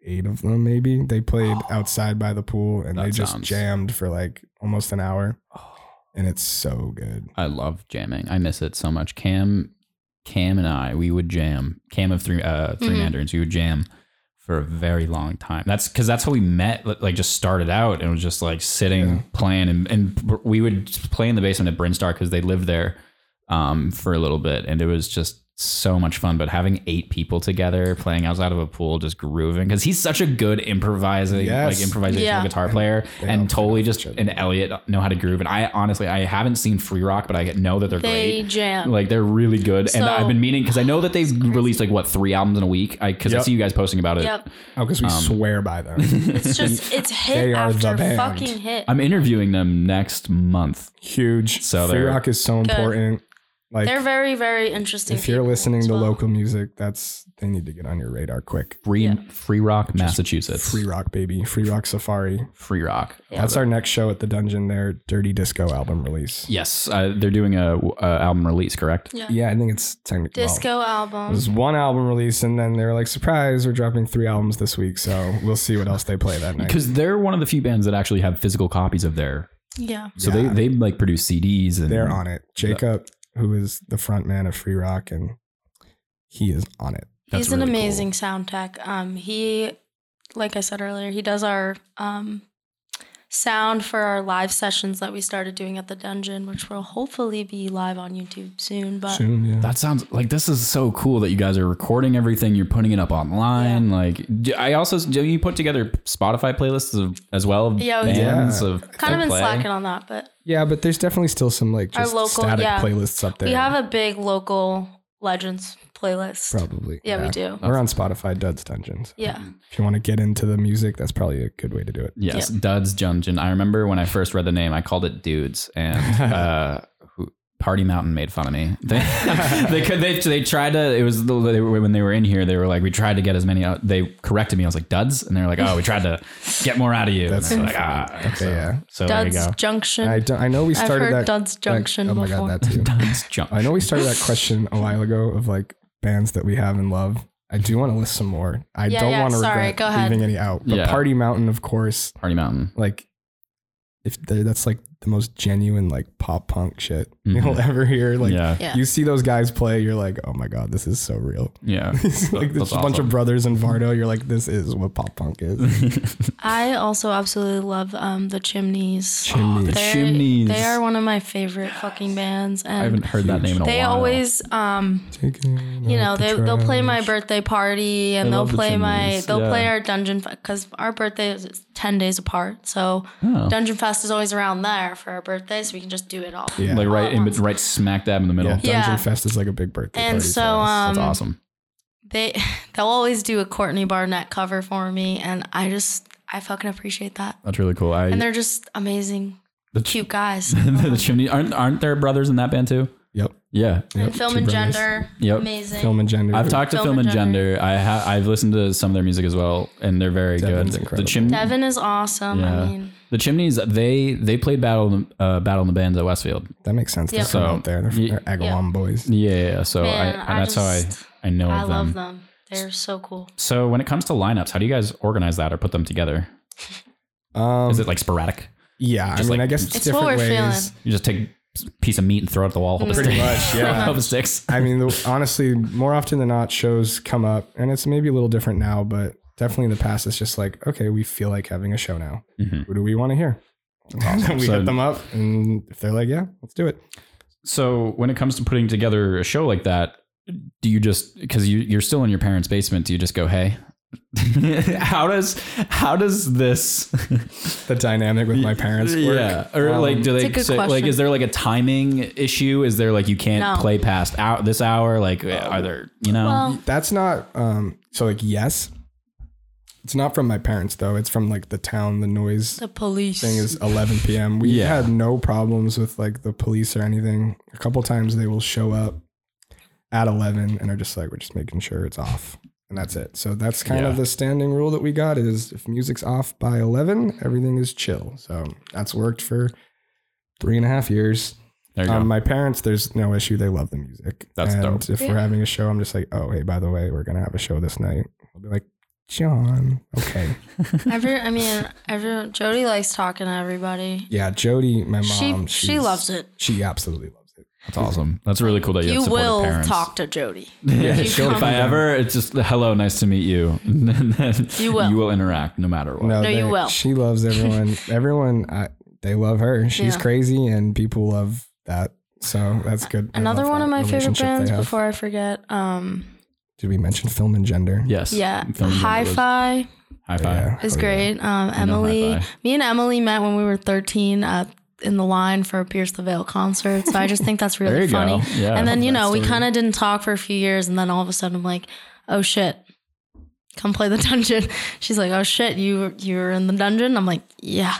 Speaker 3: eight of them, maybe. They played outside by the pool and
Speaker 1: That
Speaker 3: they just
Speaker 1: sounds-
Speaker 3: jammed for like almost an hour, and it's so good.
Speaker 1: I love jamming. I miss it so much. Cam, Cam and I, we would jam. Cam of three, uh, 3
Speaker 2: Mhm.
Speaker 1: mandarins. We would jam for a very long time. That's because that's how we met. li- Like just started out and it was just like sitting
Speaker 3: Yeah.
Speaker 1: playing, and, and b- we would just play in the basement at Brinstar because they lived there um, for a little bit, and it was just so much fun. But having eight people together playing outside of a pool, just grooving, because he's such a good improvising,
Speaker 3: Yes.
Speaker 1: like improvisational
Speaker 2: Yeah.
Speaker 1: guitar player,
Speaker 3: they all
Speaker 1: and
Speaker 3: play
Speaker 1: totally
Speaker 3: off
Speaker 1: just
Speaker 3: each other.
Speaker 1: and Elliot know how to groove. And I honestly, I haven't seen Free Rock, but I know that they're great.
Speaker 2: They jam.
Speaker 1: Like they're really good, and
Speaker 2: So-
Speaker 1: I've been meaning because I know that they've
Speaker 2: It's crazy.
Speaker 1: released like what three albums in a week. I because I
Speaker 3: Yep.
Speaker 1: see you guys posting about it.
Speaker 2: yep.
Speaker 3: Oh, because we
Speaker 1: Um,
Speaker 3: swear by them.
Speaker 2: It's just it's
Speaker 3: They
Speaker 2: hit
Speaker 3: are the
Speaker 2: after
Speaker 3: band.
Speaker 2: fucking hit.
Speaker 1: I'm interviewing them next month.
Speaker 3: Huge.
Speaker 1: So
Speaker 3: Free
Speaker 1: they're-
Speaker 3: rock is so
Speaker 2: Good.
Speaker 3: important. Like
Speaker 2: They're very very interesting.
Speaker 3: if you're
Speaker 2: people
Speaker 3: listening
Speaker 2: as
Speaker 3: to
Speaker 2: well.
Speaker 3: local music, that's they need to get on your radar quick.
Speaker 1: Free
Speaker 2: Yeah.
Speaker 1: Free Rock, Massachusetts.
Speaker 3: Free rock baby, free rock safari.
Speaker 1: Free Rock.
Speaker 2: Yeah.
Speaker 3: That's our next show at the dungeon. Their dirty disco album release.
Speaker 1: Yes, uh, they're doing a, uh album release, correct?
Speaker 2: yeah.
Speaker 3: Yeah, I think it's technically well,
Speaker 2: disco
Speaker 3: It
Speaker 2: album.
Speaker 1: Um,
Speaker 3: was one album release, and then they were like, "Surprise! We're dropping three albums this week." So we'll see what else they play that night.
Speaker 1: Because they're one of the few bands that actually have physical copies of their.
Speaker 2: yeah.
Speaker 1: So
Speaker 3: Yeah.
Speaker 1: they they like produce CDs and
Speaker 3: They're on it. Jacob, who is the front man of Free Rock, and he is on it.
Speaker 1: That's
Speaker 2: He's an
Speaker 1: really cool.
Speaker 2: amazing sound tech. Um, he, like I said earlier, he does our um, sound for our live sessions that we started doing at the dungeon, which will hopefully be live on YouTube soon. But
Speaker 3: Soon, yeah.
Speaker 1: That sounds like this is so cool that you guys are recording everything. You're putting it up online. Like do- I also do you put together Spotify playlists of, as well. of
Speaker 2: Yeah, we do.
Speaker 1: bands
Speaker 3: Yeah.
Speaker 1: of
Speaker 2: kind of
Speaker 1: that
Speaker 2: been
Speaker 1: play?
Speaker 2: slacking on that. But
Speaker 3: yeah, but there's definitely still some like
Speaker 2: Our
Speaker 3: just
Speaker 2: local-
Speaker 3: static
Speaker 2: yeah.
Speaker 3: playlists up there.
Speaker 2: we have a big local legends playlist.
Speaker 3: probably.
Speaker 2: Yeah, we do.
Speaker 3: We're on Spotify, Duds Dungeons.
Speaker 2: Yeah.
Speaker 3: If you want to get into the music, that's probably a good way to do it.
Speaker 1: Yes, Duds Dungeon. I remember when I first read the name, I called it Dudes, and uh, who- Party Mountain made fun of me. They they, could, they they tried to. It was the- they were, when they were in here. They were like, we tried to get as many. out. They corrected me. I was like Duds, and they were like, oh, we tried to get more out of you.
Speaker 3: That's
Speaker 1: and I was like,
Speaker 3: funny.
Speaker 1: ah.
Speaker 3: Okay,
Speaker 1: so,
Speaker 3: yeah.
Speaker 1: So there
Speaker 2: Duds
Speaker 1: you
Speaker 2: Junction.
Speaker 3: I,
Speaker 2: I,
Speaker 3: don't, I know we
Speaker 2: have
Speaker 3: started
Speaker 2: heard
Speaker 3: that.
Speaker 2: Duds Junction
Speaker 3: oh my
Speaker 2: before.
Speaker 3: god, that too.
Speaker 1: go. Duds Junction.
Speaker 3: I know we started that question a while ago of like bands that we have and love. I do want to list some more. I
Speaker 2: Yeah,
Speaker 3: don't
Speaker 2: yeah,
Speaker 3: want to
Speaker 2: sorry,
Speaker 3: regret
Speaker 2: go ahead.
Speaker 3: leaving any out. But
Speaker 1: Yeah.
Speaker 3: Party Mountain, of course,
Speaker 1: Party Mountain.
Speaker 3: like if they're- that's like the most genuine like pop punk shit
Speaker 1: Mhm.
Speaker 3: you'll ever hear. Like
Speaker 1: yeah,
Speaker 2: yeah.
Speaker 3: you see those guys play, you're like, oh my god, this is so real.
Speaker 1: yeah.
Speaker 3: It's like
Speaker 1: That's
Speaker 3: this bunch
Speaker 1: awesome.
Speaker 3: of brothers in Vardo. You're like, this is what pop punk is.
Speaker 2: I also absolutely love um, the Chimneys.
Speaker 3: Chimney.
Speaker 1: the
Speaker 2: They're-
Speaker 1: Chimneys.
Speaker 2: They are one of my favorite fucking bands,
Speaker 1: I
Speaker 2: and
Speaker 1: haven't heard that name in a
Speaker 2: they
Speaker 1: while.
Speaker 2: always um, you know they, they'll play my birthday party and
Speaker 1: I
Speaker 2: they'll
Speaker 1: love the
Speaker 2: play my
Speaker 1: Chimneys,
Speaker 2: they'll play
Speaker 1: yeah.
Speaker 2: our dungeon because our birthday is 10 days apart so
Speaker 1: Oh.
Speaker 2: dungeon fest is always around there for our birthday so we can just do it all
Speaker 3: Yeah.
Speaker 1: like right in
Speaker 2: once.
Speaker 1: right smack dab in the middle.
Speaker 3: Yeah, Dungeon
Speaker 2: Yeah.
Speaker 3: Fest is like a big birthday
Speaker 2: And
Speaker 3: party.
Speaker 2: so,
Speaker 3: for us.
Speaker 1: That's
Speaker 2: Um,
Speaker 1: awesome.
Speaker 2: they they'll always do a courtney barnett cover for me and i just i fucking appreciate that
Speaker 1: That's really cool. I
Speaker 2: and they're just amazing
Speaker 1: The-
Speaker 2: cute guys
Speaker 1: the chimney aren't aren't there brothers in that band too?
Speaker 3: yep.
Speaker 1: Yeah.
Speaker 2: and
Speaker 3: Yep,
Speaker 2: film
Speaker 3: two
Speaker 2: and
Speaker 3: brothers.
Speaker 2: gender
Speaker 1: Yep.
Speaker 2: amazing
Speaker 3: Film and gender.
Speaker 1: I've talked to
Speaker 2: Film
Speaker 1: Film and
Speaker 2: and
Speaker 1: Gender. I ha- I've listened to some of their music as well, and they're very
Speaker 3: Devin's
Speaker 1: good.
Speaker 3: incredible.
Speaker 1: The chim-
Speaker 2: devin is awesome
Speaker 1: Yeah.
Speaker 2: i mean
Speaker 1: the chimneys they they played battle in the- uh, battle in the bands at Westfield.
Speaker 3: That makes sense. They're
Speaker 2: Yeah.
Speaker 3: from
Speaker 1: So,
Speaker 3: out there. They're,
Speaker 1: ye-
Speaker 3: they're Agawam boys.
Speaker 1: Yeah, yeah, yeah. So
Speaker 2: man,
Speaker 1: I, that's
Speaker 2: just-
Speaker 1: how I I know
Speaker 2: I
Speaker 1: of them.
Speaker 2: love them. They're so cool.
Speaker 1: So when it comes to lineups, how do you guys organize that or put them together?
Speaker 3: Um,
Speaker 1: Is it like sporadic?
Speaker 3: yeah, I
Speaker 1: just
Speaker 3: mean,
Speaker 1: like-
Speaker 3: I guess it's,
Speaker 1: It's
Speaker 2: what
Speaker 3: different
Speaker 2: we're
Speaker 3: ways.
Speaker 2: feeling.
Speaker 1: You just take a piece of meat and throw it at the wall. Hope it
Speaker 2: Pretty
Speaker 1: sticks.
Speaker 3: much, yeah.
Speaker 1: hope it sticks.
Speaker 3: I mean, the, honestly, more often than not, shows come up, and it's maybe a little different now, but definitely in the past, it's just like, okay, we feel like having a show now.
Speaker 1: Mhm.
Speaker 3: Who do we want to hear? we
Speaker 1: So-
Speaker 3: hit them up, and if they're like, yeah, let's do it.
Speaker 1: So when it comes to putting together a show like that, do you just because you you're still in your parents' basement? Do you just go, hey? how does how does this
Speaker 3: The dynamic with my parents. Work. Um,
Speaker 1: yeah or like do
Speaker 2: It's a
Speaker 1: they
Speaker 2: good
Speaker 1: say, like
Speaker 2: question.
Speaker 1: is there like a timing issue is there like you can't
Speaker 2: No.
Speaker 1: play past out this hour like
Speaker 3: Um,
Speaker 1: are there you know
Speaker 2: Well,
Speaker 3: That's not um so like yes. It's not from my parents though. It's from like the town, the noise
Speaker 2: the police.
Speaker 3: thing is 11 p.m. We
Speaker 1: Yeah.
Speaker 3: had no problems with like the police or anything. A couple times they will show up at 11 and are just like, we're just making sure it's off. And that's it. So that's kind
Speaker 1: Yeah.
Speaker 3: of the standing rule that we got is if music's off by 11, everything is chill. So that's worked for three and a half years.
Speaker 1: there you
Speaker 3: Um,
Speaker 1: go
Speaker 3: my parents, there's no issue. They love the music.
Speaker 1: That's
Speaker 3: and
Speaker 1: dope.
Speaker 3: If we're
Speaker 2: Yeah.
Speaker 3: having a show, I'm just like, oh, hey, by the way, we're going to have a show this night. I'll be like, John, okay.
Speaker 2: Every, I mean, every Jody likes talking to everybody.
Speaker 3: yeah, Jody, my mom.
Speaker 2: she she
Speaker 3: she's-
Speaker 2: loves it.
Speaker 3: She absolutely loves it.
Speaker 1: That's awesome. That's really cool that you,
Speaker 2: you
Speaker 1: have supportive
Speaker 2: will
Speaker 1: parents.
Speaker 2: talk to Jody.
Speaker 1: Yeah,
Speaker 2: You
Speaker 1: sure. If
Speaker 2: come-
Speaker 1: I ever, it's just hello, nice to meet you. And then
Speaker 2: You will.
Speaker 1: You will interact no matter what.
Speaker 2: No, you
Speaker 3: they-
Speaker 2: will.
Speaker 3: She loves everyone. everyone, I, they love her. She's
Speaker 2: Yeah.
Speaker 3: crazy, and people love that. So that's good. I
Speaker 2: Another
Speaker 3: love
Speaker 2: one
Speaker 3: that
Speaker 2: of my favorite
Speaker 3: relationship they
Speaker 2: bands.
Speaker 3: have.
Speaker 2: Before I forget, um,
Speaker 3: Did we mention film and gender?
Speaker 1: Yes.
Speaker 2: yeah,
Speaker 1: Film and
Speaker 2: Hi
Speaker 1: Gender was-
Speaker 2: Fi
Speaker 1: Hi fi.
Speaker 3: Yeah.
Speaker 2: is
Speaker 3: Oh, yeah.
Speaker 2: great. Um, Emily,
Speaker 1: Hi-Fi.
Speaker 2: me and Emily met when we were thirteen at, in the line for a Pierce the Veil concert. So I just think that's
Speaker 1: There
Speaker 2: really
Speaker 1: you
Speaker 2: funny.
Speaker 1: go. Yeah.
Speaker 2: and then you
Speaker 3: that
Speaker 2: know we
Speaker 3: story.
Speaker 2: kind of didn't talk for a few years, and then all of a sudden I'm like, oh shit, come play the dungeon. She's like, oh shit, you you're in the dungeon. I'm like, yeah,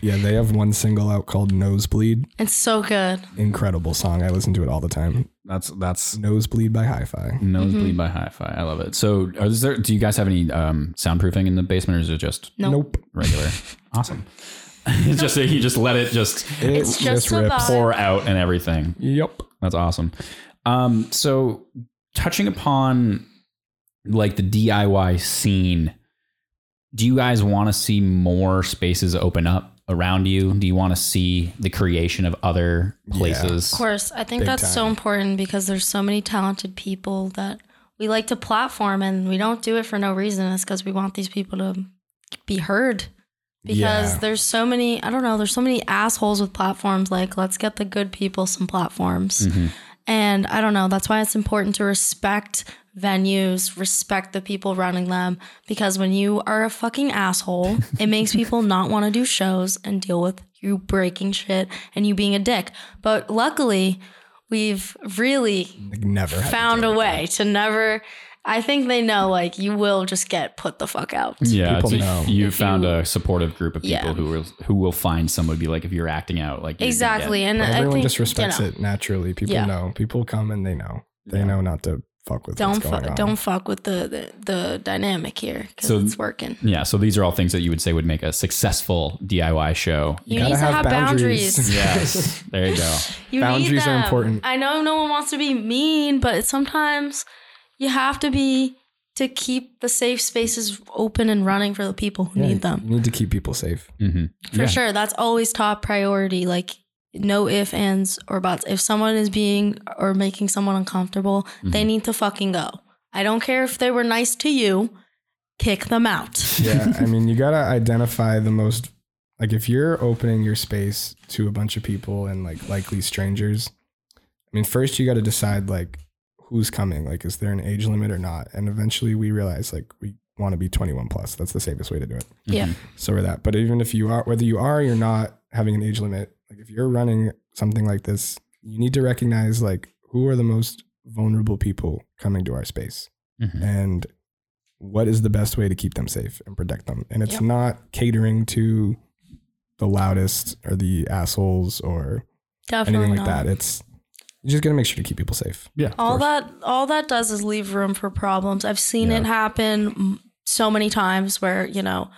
Speaker 3: Yeah, they have one single out called Nosebleed.
Speaker 2: it's so good.
Speaker 3: Incredible song. I listen to it all the time.
Speaker 1: that's that's
Speaker 3: Nosebleed by Hi Fi.
Speaker 1: nosebleed
Speaker 2: Mm-hmm.
Speaker 1: by hi-fi. I love it. So, are is there? Do you guys have any um, soundproofing in the basement, or is it just
Speaker 2: Nope.
Speaker 1: regular? awesome. It's just that you just let it just
Speaker 2: It's just about-
Speaker 1: pour out and everything.
Speaker 3: Yep.
Speaker 1: That's awesome. Um, so touching upon like the DIY scene, do you guys want to see more spaces open up around you? Do you want to see the creation of other
Speaker 3: Yeah.
Speaker 1: places?
Speaker 2: Of course, I think
Speaker 3: Big
Speaker 2: that's so
Speaker 3: time.
Speaker 2: important because there's so many talented people that we like to platform and we don't do it for no reason. It's because we want these people to be heard. Because
Speaker 3: Yeah.
Speaker 2: there's so many, I don't know, there's so many assholes with platforms. Like, let's get the good people some platforms.
Speaker 3: Mm-hmm.
Speaker 1: Mhm.
Speaker 2: And I don't know, that's why it's important to respect venues, respect the people running them. Because when you are a fucking asshole, it makes people not want to do shows and deal with you breaking shit and you being a dick. But luckily, we've really
Speaker 3: Like never had to
Speaker 2: found
Speaker 3: do
Speaker 2: a
Speaker 3: it.
Speaker 2: way to never. I think they know, like, you will just get put the fuck out.
Speaker 1: Yeah,
Speaker 3: People
Speaker 1: it's-
Speaker 3: know.
Speaker 1: you
Speaker 2: If
Speaker 1: found
Speaker 2: you-
Speaker 1: a supportive group of people
Speaker 2: Yeah.
Speaker 1: who will who will find someone to be like if you're acting out like you're gonna
Speaker 2: Exactly. And I
Speaker 3: Everyone
Speaker 2: think,
Speaker 3: just
Speaker 2: you
Speaker 3: respects
Speaker 2: know,
Speaker 3: it naturally. People
Speaker 2: Yeah.
Speaker 3: know. People come and they know. They
Speaker 1: Yeah.
Speaker 3: know not to fuck with
Speaker 2: Don't
Speaker 3: what's going
Speaker 2: fuck,
Speaker 3: on.
Speaker 2: don't fuck with the, the, the dynamic here because
Speaker 1: So-
Speaker 2: it's working.
Speaker 1: get- yeah. So these are all things that you would say would make a successful DIY show.
Speaker 2: You, need
Speaker 3: Gotta
Speaker 2: to have, boundaries.
Speaker 1: Yes, there you go.
Speaker 2: You need
Speaker 3: Boundaries are
Speaker 2: them.
Speaker 3: important.
Speaker 2: I know no one wants to be mean, but sometimes you have to be to keep the safe spaces open and running for the people who
Speaker 3: Yeah,
Speaker 2: need them.
Speaker 3: You need to keep people safe.
Speaker 1: hmm
Speaker 2: For sure, that's always top priority. Like no if ands or buts. If someone is being or making someone uncomfortable, they
Speaker 3: Mm-hmm.
Speaker 2: need to fucking go. I don't care if they were nice to you. Kick them out.
Speaker 3: yeah i mean you gotta identify the most like if you're opening your space to a bunch of people and like likely strangers i mean first you gotta decide like who's coming like is there an age limit or not and eventually we realize like we want to be 21 plus that's the safest way to do it
Speaker 2: Yeah.
Speaker 3: so we're that but even if you are whether you are or you're not having an age limit like if you're running something like this you need to recognize like who are the most vulnerable people coming to our space
Speaker 1: Mhm.
Speaker 3: and what is the best way to keep them safe and protect them. And it's
Speaker 2: Yep.
Speaker 3: not catering to the loudest or the assholes or
Speaker 2: Definitely
Speaker 3: anything
Speaker 2: not.
Speaker 3: like that. It's you just gotta make sure to keep people safe.
Speaker 1: Yeah.
Speaker 2: all that all that does is leave room for problems i've seen it happen m- so many times where you know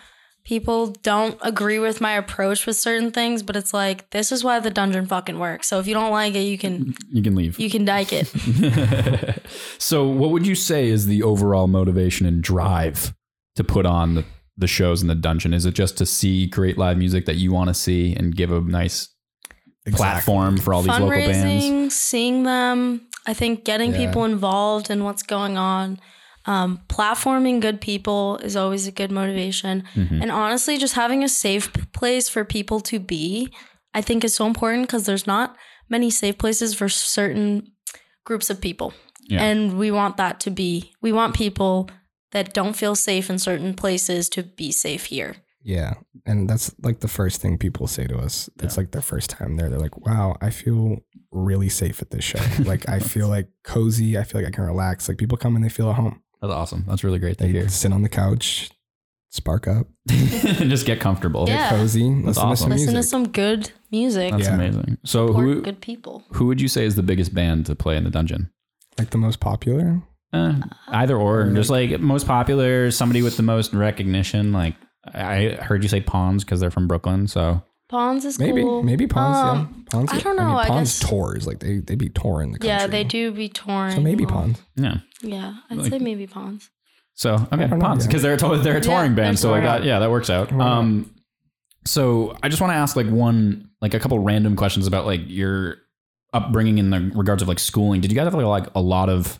Speaker 2: people don't agree with my approach with certain things but it's like this is why the dungeon fucking works so if you don't like it you can
Speaker 1: You can leave.
Speaker 2: you can dike it
Speaker 1: so what would you say is the overall motivation and drive to put on the, the shows in the dungeon is it just to see great live music that you want to see and give a nice platform for all these local bands
Speaker 2: fundraising seeing them i think getting
Speaker 3: Yeah.
Speaker 2: people involved in what's going on um, platforming good people is always a good motivation
Speaker 1: Mhm.
Speaker 2: and honestly just having a safe place for people to be i think is so important because there's not many safe places for certain groups of people
Speaker 1: Yeah.
Speaker 2: and we want that to be we want people that don't feel safe in certain places to be safe here
Speaker 3: Yeah. And that's like the first thing people say to us. It's like their first time there. They're like, wow, I feel really safe at this show. like I feel like cozy. I feel like I can relax. Like people come and they feel at home.
Speaker 1: that's awesome that's really great to
Speaker 3: They
Speaker 1: hear
Speaker 3: sit on the couch, spark up,
Speaker 1: just get comfortable
Speaker 2: Yeah.
Speaker 3: cozy,
Speaker 1: That's
Speaker 3: listen
Speaker 1: awesome.
Speaker 3: to some
Speaker 2: listen to
Speaker 3: music.
Speaker 2: some good music
Speaker 1: that's
Speaker 3: Yeah.
Speaker 1: amazing so
Speaker 2: support
Speaker 1: who
Speaker 2: good people
Speaker 1: who would you say is the biggest band to play in the dungeon
Speaker 3: like the most popular.
Speaker 1: uh, either or just like most popular somebody with the most recognition like i I heard you say pawns because they're from brooklyn so
Speaker 2: Pawns is
Speaker 3: Maybe,
Speaker 2: cool.
Speaker 3: maybe Pawns.
Speaker 2: Um,
Speaker 3: yeah. Pawns.
Speaker 2: I don't know, I
Speaker 3: Pawns
Speaker 2: guess-
Speaker 3: tours like they they be touring the country.
Speaker 2: Yeah, they do be touring.
Speaker 3: So maybe
Speaker 2: well,
Speaker 3: Pawns.
Speaker 1: yeah
Speaker 2: Yeah, I'd
Speaker 1: Like-
Speaker 2: say maybe Pawns.
Speaker 1: So okay,
Speaker 3: don't know,
Speaker 1: Pons
Speaker 3: yeah.
Speaker 1: because they're a to- they're a
Speaker 2: Yeah,
Speaker 1: touring
Speaker 2: they're
Speaker 1: band, so like
Speaker 2: touring.
Speaker 1: that, yeah, that works out. Um, so I just want to ask like one like a couple random questions about like your upbringing in the regards of like schooling, did you guys have like a lot of?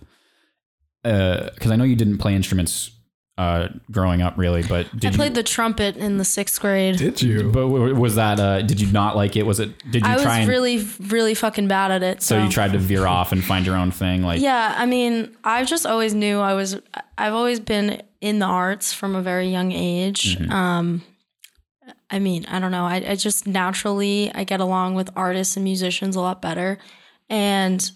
Speaker 1: Because I know you didn't play instruments uh, growing up, really, but did
Speaker 2: I played
Speaker 1: you?
Speaker 2: the trumpet in the sixth grade.
Speaker 3: Did you?
Speaker 1: but w- w- was that? Uh, did you not like it? Was it? Did you
Speaker 2: I
Speaker 1: try
Speaker 2: was
Speaker 1: and?
Speaker 2: really, really fucking bad at it.
Speaker 1: so you tried to veer off and find your own thing, like
Speaker 2: Yeah, I mean, I just always knew I was. I've always been in the arts from a very young age.
Speaker 3: Mm-hmm.
Speaker 2: Um, I mean, I don't know. I, I just naturally I get along with artists and musicians a lot better, and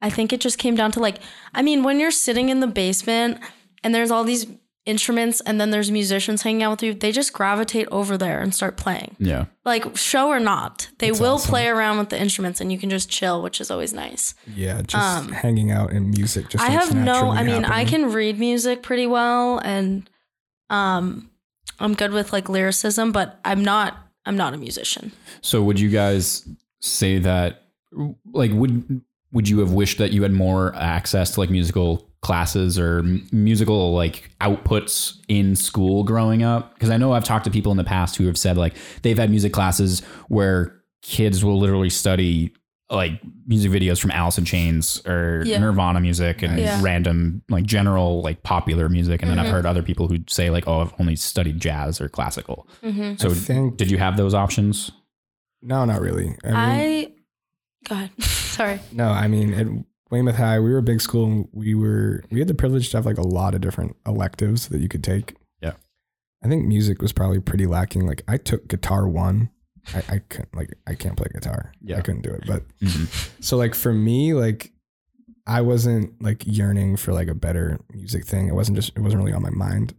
Speaker 2: I think it just came down to like, I mean, when you're sitting in the basement and there's all these instruments and then there's musicians hanging out with you, they just gravitate over there and start playing.
Speaker 1: yeah.
Speaker 2: Like show or not, they
Speaker 3: That's
Speaker 2: will
Speaker 3: awesome.
Speaker 2: play around with the instruments and you can just chill, which is always nice.
Speaker 3: Yeah, just
Speaker 2: Um,
Speaker 3: hanging out and music. Just
Speaker 2: I
Speaker 3: starts
Speaker 2: have no.
Speaker 3: naturally
Speaker 2: I mean, I
Speaker 3: happening.
Speaker 2: can read music pretty well, and um, I'm good with like lyricism, but I'm not. I'm not a musician.
Speaker 1: So would you guys say that like would would you have wished that you had more access to like musical classes or m- musical like outputs in school growing up? Because I know I've talked to people in the past who have said like they've had music classes where kids will literally study like music videos from Alice in Chains or
Speaker 2: Yeah.
Speaker 1: Nirvana music and
Speaker 2: Yeah.
Speaker 1: random like general like popular music and then I've
Speaker 2: Mhm.
Speaker 1: heard other people who say like oh I've only studied jazz or classical.
Speaker 2: Mm-hmm.
Speaker 1: So
Speaker 3: I think-
Speaker 1: did you have those options?
Speaker 3: No, not really. I, mean,
Speaker 2: I. Go ahead. Sorry.
Speaker 3: no, I mean at Weymouth High, we were a big school. And we were we had the privilege to have like a lot of different electives that you could take.
Speaker 1: Yeah.
Speaker 3: I think music was probably pretty lacking. Like I took guitar one. I, I couldn't like I can't play guitar.
Speaker 1: Yeah.
Speaker 3: I couldn't do it. But
Speaker 1: Mhm.
Speaker 3: so like for me, like I wasn't like yearning for like a better music thing. It wasn't just it wasn't really on my mind.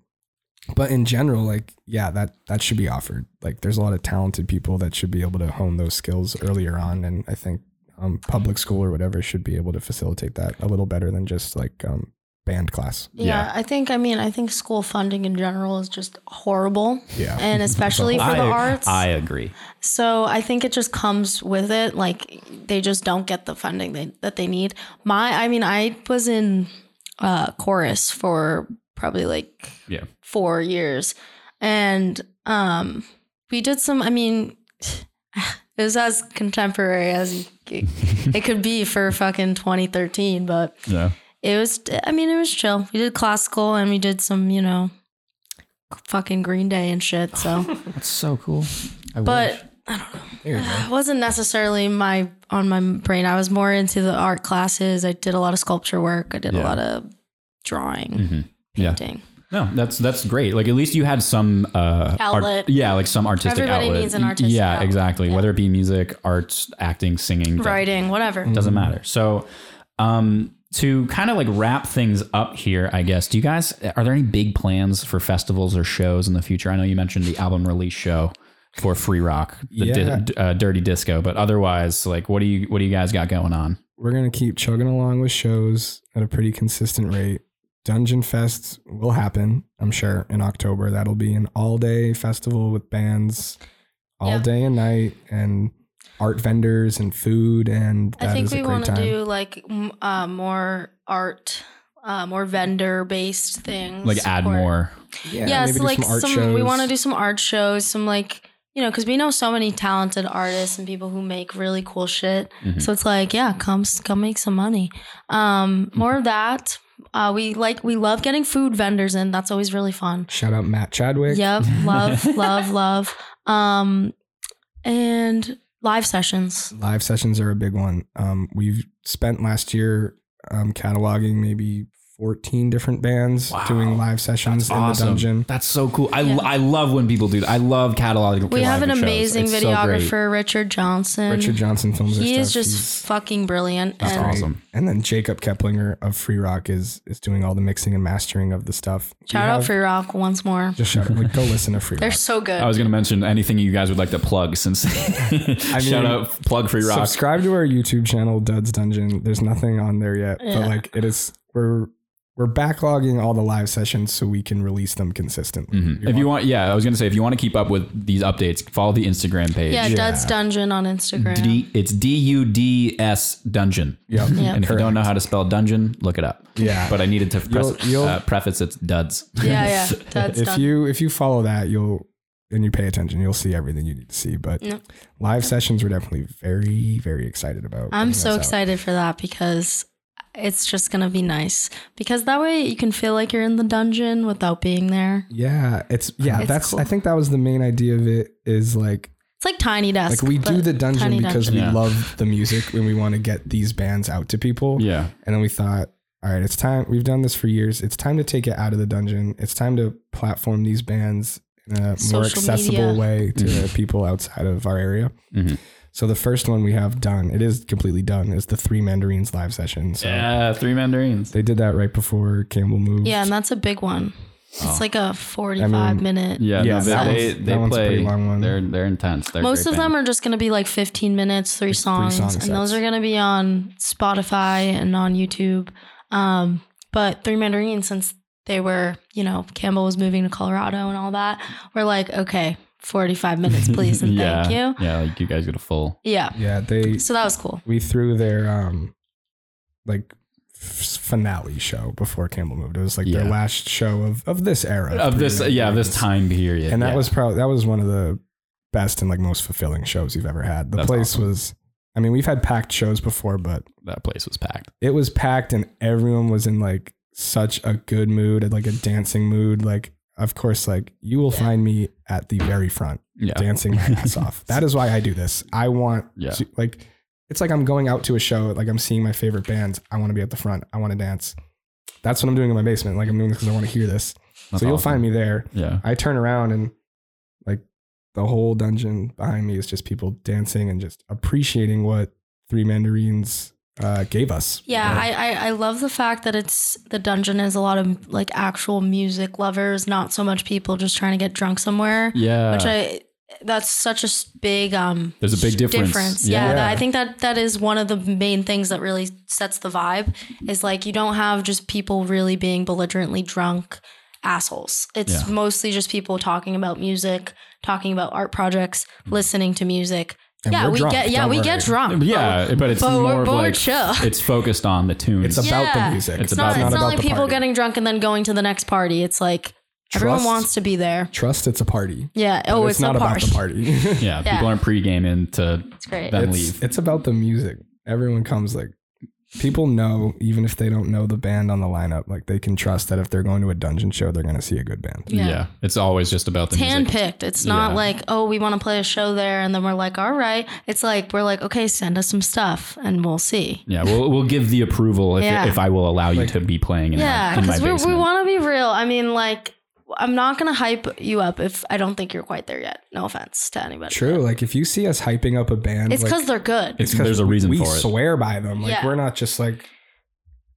Speaker 3: But in general, like yeah, that that should be offered. Like there's a lot of talented people that should be able to hone those skills earlier on, and I think um, public school or whatever should be able to facilitate that a little better than just like um, band class.
Speaker 2: Yeah,
Speaker 1: Yeah.
Speaker 2: I think. I mean, I think school funding in general is just horrible,
Speaker 3: Yeah,
Speaker 2: and especially for
Speaker 1: I,
Speaker 2: the arts.
Speaker 1: I agree.
Speaker 2: So I think it just comes with it. Like they just don't get the funding they, that they need. My, I mean, I was in uh, chorus for probably like
Speaker 1: Yeah.
Speaker 2: four years, and um, we did some. I mean, it was as contemporary as it it could be for fucking 2013, but
Speaker 1: Yeah.
Speaker 2: it was. I mean, it was chill. We did classical and we did some, you know, fucking Green Day and shit. So,
Speaker 1: That's so cool. I
Speaker 2: but.
Speaker 3: There you go.
Speaker 2: It wasn't necessarily my on my brain. I was more into the art classes. I did a lot of sculpture work. I did
Speaker 1: Yeah.
Speaker 2: a lot of drawing,
Speaker 3: Mm-hmm.
Speaker 1: Yeah.
Speaker 2: painting.
Speaker 1: No, that's that's great. Like at least you had some uh, art-
Speaker 2: Outlet.
Speaker 1: yeah, like some artistic
Speaker 2: Everybody
Speaker 1: outlet.
Speaker 2: needs an artistic
Speaker 1: Yeah,
Speaker 2: outlet.
Speaker 1: exactly.
Speaker 2: Yeah.
Speaker 1: Whether it be music, arts, acting, singing, doesn't-
Speaker 2: Writing, whatever.
Speaker 3: Mm-hmm.
Speaker 1: doesn't matter. So, um, to kind of like wrap things up here, I guess. Do you guys are there any big plans for festivals or shows in the future? I know you mentioned the album release show for Free Rock, the
Speaker 3: Yeah.
Speaker 1: di- uh, Dirty Disco, but otherwise, like, what do you what do you guys got going on?
Speaker 3: We're gonna keep chugging along with shows at a pretty consistent rate. Dungeon Fest will happen, I'm sure, in October. That'll be an all day festival with bands all
Speaker 2: Yeah.
Speaker 3: day and night and art vendors and food and
Speaker 2: I
Speaker 3: that
Speaker 2: think
Speaker 3: is
Speaker 2: we
Speaker 3: a great
Speaker 2: want to
Speaker 3: time.
Speaker 2: do like m- uh, more art, uh, more vendor based things.
Speaker 1: Like, add
Speaker 2: or-
Speaker 1: more.
Speaker 3: yeah,
Speaker 2: yeah,
Speaker 3: maybe
Speaker 2: so
Speaker 3: do
Speaker 2: like
Speaker 3: some art
Speaker 2: some
Speaker 3: shows.
Speaker 2: we want to do some art shows, some like you know, because we know so many talented artists and people who make really cool shit.
Speaker 1: Mhm.
Speaker 2: So it's like, yeah, come s- come make some money. Um, more of that. Uh, we like we love getting food vendors in. That's always really fun.
Speaker 3: Shout out Matt Chadwick.
Speaker 2: Yep, love, love, love. Um, and live sessions.
Speaker 3: Live sessions are a big one. Um, we've spent last year um, cataloging maybe 14 different bands
Speaker 1: Wow.
Speaker 3: doing live sessions in the dungeon.
Speaker 1: That's so cool. I,
Speaker 2: Yeah.
Speaker 1: I love when people do that. I love cataloging.
Speaker 2: We have an
Speaker 1: cataloging shows.
Speaker 2: amazing
Speaker 1: It's so
Speaker 2: videographer,
Speaker 1: great.
Speaker 2: Richard Johnson.
Speaker 3: Richard Johnson films. their
Speaker 2: he is
Speaker 3: stuff.
Speaker 2: just
Speaker 3: He's-
Speaker 2: fucking brilliant.
Speaker 1: That's
Speaker 2: and
Speaker 1: awesome.
Speaker 3: And then Jacob Keplinger of Free Rock is is doing all the mixing and mastering of the stuff. We
Speaker 2: shout out
Speaker 3: have-
Speaker 2: Free Rock once more.
Speaker 3: just shout out. Like, go listen to Free
Speaker 2: They're
Speaker 3: Rock.
Speaker 2: so good.
Speaker 1: I was going to mention anything you guys would like to plug since shout out plug free rock.
Speaker 3: Subscribe to our YouTube channel, Duds Dungeon. There's nothing on there yet,
Speaker 2: Yeah.
Speaker 3: but like it is we're we're backlogging all the live sessions so we can release them consistently.
Speaker 1: Mhm. If you want, yeah, I was going to say if you want to keep up with these updates, follow the Instagram page.
Speaker 2: yeah,
Speaker 3: Yeah.
Speaker 2: Duds Dungeon on Instagram.
Speaker 1: D, it's D U D S dungeon.
Speaker 3: Yep.
Speaker 2: Yeah.
Speaker 1: And if you don't
Speaker 3: Correct.
Speaker 1: know how to spell dungeon, look it up.
Speaker 3: Yeah.
Speaker 1: But I needed to press,
Speaker 3: You'll- you'll-
Speaker 1: uh, preface it's duds.
Speaker 2: yeah, yeah, Duds
Speaker 3: if
Speaker 2: Dungeon.
Speaker 3: you if you follow that, you'll and you pay attention, you'll see everything you need to see. But
Speaker 2: No.
Speaker 3: live sessions, we're definitely very, very excited about.
Speaker 2: I'm
Speaker 3: getting
Speaker 2: so
Speaker 3: those out.
Speaker 2: excited for that because it's just gonna be nice. Because that way you can feel like you're in the dungeon without being there.
Speaker 3: Yeah, it's yeah.
Speaker 2: It's
Speaker 3: that's
Speaker 2: cool.
Speaker 3: I think that was the main idea of it. Is like
Speaker 2: It's like tiny desk.
Speaker 3: like we do
Speaker 2: but
Speaker 3: the dungeon
Speaker 2: tiny
Speaker 3: because
Speaker 2: dungeon.
Speaker 3: we
Speaker 1: Yeah.
Speaker 3: love the music and we want to get these bands out to people.
Speaker 1: Yeah.
Speaker 3: And then we thought, all right, it's time. We've done this for years. It's time to take it out of the dungeon. It's time to platform these bands in a more
Speaker 2: Social
Speaker 3: accessible
Speaker 2: media.
Speaker 3: way to
Speaker 1: Mhm.
Speaker 3: people outside of our area.
Speaker 1: Mhm.
Speaker 3: So the first one we have done, it is completely done, is the Three Mandarins live session. So
Speaker 1: Yeah. Three mandarins.
Speaker 3: they did that right before Campbell moved.
Speaker 2: Yeah, and that's a big one.
Speaker 1: Oh.
Speaker 2: It's like a 45
Speaker 3: I mean,
Speaker 2: minute.
Speaker 1: Yeah.
Speaker 3: Yeah,
Speaker 1: no, they
Speaker 2: that one's-
Speaker 1: they,
Speaker 3: that
Speaker 1: they
Speaker 3: one's a
Speaker 1: play.
Speaker 3: pretty long one.
Speaker 1: They're they're intense. They're a
Speaker 2: Most
Speaker 1: great
Speaker 2: of them
Speaker 1: band.
Speaker 2: are just going to be like 15 minutes, three
Speaker 3: song
Speaker 2: songs,
Speaker 3: sets.
Speaker 2: and those are going to be on Spotify and on YouTube. Um, but Three Mandarin, since they were, you know, Campbell was moving to Colorado and all that, we're like, okay, 45 minutes, please, and
Speaker 1: yeah.
Speaker 2: thank you.
Speaker 1: Yeah. Like you guys get a full.
Speaker 2: Yeah.
Speaker 3: Yeah, they
Speaker 2: So that was cool.
Speaker 3: we threw their um like f- finale show before Campbell moved. It was like
Speaker 1: Yeah.
Speaker 3: their last show of of this era
Speaker 1: Of this,
Speaker 3: Three
Speaker 1: yeah, of this
Speaker 3: Mandarins.
Speaker 1: time period,
Speaker 3: and that
Speaker 1: yeah.
Speaker 3: was probably that was one of the best and like most fulfilling shows you've ever had. The
Speaker 1: That's
Speaker 3: place
Speaker 1: awesome.
Speaker 3: was, I mean, we've had packed shows before, but
Speaker 1: that place was packed.
Speaker 3: it was packed and everyone was in like such a good mood and like a dancing mood. Like, of course, like you will find me at the very front
Speaker 1: Yeah,
Speaker 3: dancing my ass off. That is why I do this. I want,
Speaker 1: Yeah.
Speaker 3: to, like, it's like I'm going out to a show, like I'm seeing my favorite bands. I want to be at the front. I want to dance. That's what I'm doing in my basement. Like I'm doing this because I want to hear this.
Speaker 1: That's
Speaker 3: so you'll
Speaker 1: awesome.
Speaker 3: find me there.
Speaker 1: Yeah,
Speaker 3: I turn around and like the whole dungeon behind me is just people dancing and just appreciating what Three Mandarins uh, gave us.
Speaker 2: Yeah,
Speaker 3: Like,
Speaker 2: I, I, I love the fact that it's the dungeon is a lot of like actual music lovers, not so much people just trying to get drunk somewhere.
Speaker 1: yeah.
Speaker 3: Uh,
Speaker 2: which I that's such a s- big um
Speaker 1: There's a big
Speaker 2: s-
Speaker 1: difference.
Speaker 2: Yeah,
Speaker 3: Yeah.
Speaker 2: that- I think that that is one of the main things that really sets the vibe is like you don't have just people really being belligerently drunk assholes. It's
Speaker 1: Yeah.
Speaker 2: mostly just people talking about music, talking about art projects, listening to music.
Speaker 3: Hmm. And
Speaker 2: yeah,
Speaker 3: we're
Speaker 2: we
Speaker 3: drunk,
Speaker 2: get yeah,
Speaker 3: don't
Speaker 2: we
Speaker 3: worry.
Speaker 2: get drunk. but
Speaker 1: yeah, but it's
Speaker 2: but we're-
Speaker 1: more of
Speaker 2: but we're
Speaker 1: like
Speaker 2: chill.
Speaker 1: it's focused on the tunes.
Speaker 3: It's about
Speaker 2: Oh, Yeah.
Speaker 3: the music.
Speaker 1: It's
Speaker 2: It's not,
Speaker 1: about-
Speaker 2: it's
Speaker 1: not
Speaker 2: not
Speaker 1: about
Speaker 2: like
Speaker 3: the
Speaker 2: people
Speaker 3: party.
Speaker 2: getting drunk and then going to the next party. It's like everyone
Speaker 3: Trust-
Speaker 2: wants to be there.
Speaker 3: Trust it's a party.
Speaker 2: Yeah. Oh,
Speaker 3: But
Speaker 2: it's,
Speaker 3: not
Speaker 2: a
Speaker 3: about
Speaker 2: party.
Speaker 3: the party.
Speaker 1: yeah,
Speaker 2: Yeah.
Speaker 1: people aren't pre-gaming to
Speaker 2: It's great.
Speaker 1: Then
Speaker 3: it's,
Speaker 1: leave.
Speaker 3: it's about the music. Everyone comes like people know even if they don't know the band on the lineup, like they can trust that if they're going to a dungeon show, they're going to see a good band.
Speaker 1: yeah.
Speaker 2: Yeah.
Speaker 1: It's always just about the
Speaker 2: It's
Speaker 1: music.
Speaker 2: handpicked. It's not
Speaker 1: Yeah.
Speaker 2: like, oh, we want to play a show there. And then we're like, all right. It's like, we're like, okay, send us some stuff and we'll see.
Speaker 1: Yeah, we'll we'll give the approval if,
Speaker 2: Yeah.
Speaker 1: if I will allow you
Speaker 3: Like-
Speaker 1: to be playing in
Speaker 2: Yeah.
Speaker 1: my, in my
Speaker 2: Because we, we
Speaker 1: basement.
Speaker 2: want to be real. I mean, like, I'm not going to hype you up if I don't think you're quite there yet. No offense to anybody.
Speaker 3: True. Like if you see us hyping up a band,
Speaker 2: It's
Speaker 3: like,
Speaker 2: because they're good.
Speaker 1: It's- there's a reason
Speaker 3: we
Speaker 1: for it.
Speaker 3: swear by them. Like
Speaker 2: Yeah.
Speaker 3: we're not just like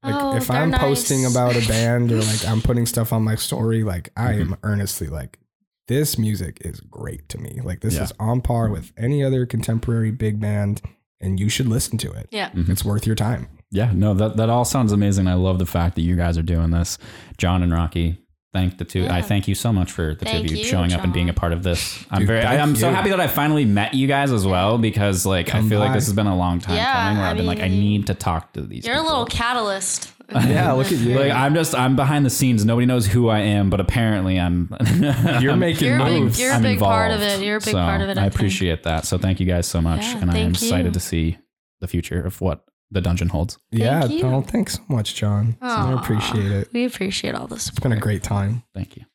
Speaker 3: Like
Speaker 2: oh,
Speaker 3: if
Speaker 2: they're
Speaker 3: I'm
Speaker 2: nice.
Speaker 3: posting about a band or like I'm putting stuff on my story, like I
Speaker 1: Mm-hmm.
Speaker 3: am earnestly like this music is great to me. Like this
Speaker 1: Yeah.
Speaker 3: is on par with any other contemporary big band, and you should listen to it.
Speaker 2: yeah.
Speaker 1: Mhm.
Speaker 3: It's worth your time.
Speaker 1: Yeah, no, that that all sounds amazing. I love the fact that you guys are doing this, John and Rocky. Thank the two. I
Speaker 2: Yeah.
Speaker 1: thank you so much for the
Speaker 2: Thank
Speaker 1: two of you,
Speaker 2: you,
Speaker 1: showing up and being a
Speaker 2: John.
Speaker 1: part of this. I'm
Speaker 3: Dude,
Speaker 1: very, I,
Speaker 3: thank
Speaker 1: am so
Speaker 3: you.
Speaker 1: happy that I finally met you guys as well because like I
Speaker 3: Come
Speaker 1: feel like
Speaker 3: by.
Speaker 1: this has been a long time
Speaker 2: Yeah,
Speaker 1: coming where
Speaker 2: I
Speaker 1: I've been like I
Speaker 2: mean,
Speaker 1: need to talk to these.
Speaker 2: You're a
Speaker 1: people.
Speaker 2: little catalyst.
Speaker 3: Yeah, look at you.
Speaker 1: Like I'm just I'm behind the scenes. Nobody knows who I am, but apparently I'm.
Speaker 3: You're
Speaker 1: I'm-
Speaker 3: making
Speaker 2: You're a big-
Speaker 3: moves.
Speaker 2: you're a
Speaker 1: I'm
Speaker 2: big part of
Speaker 1: involved.
Speaker 2: it. You're a big
Speaker 1: So
Speaker 2: part of it, I
Speaker 1: I
Speaker 2: think.
Speaker 1: appreciate that. So thank you guys so much,
Speaker 2: Yeah,
Speaker 1: and I am
Speaker 2: thank
Speaker 1: excited
Speaker 2: you.
Speaker 1: to see the future of what the dungeon holds.
Speaker 3: yeah,
Speaker 2: Thank you.
Speaker 3: no, thanks so much, John. I
Speaker 2: Aw.
Speaker 3: appreciate it.
Speaker 2: We appreciate all the
Speaker 3: It's
Speaker 2: support.
Speaker 3: been a great time.
Speaker 1: Thank you.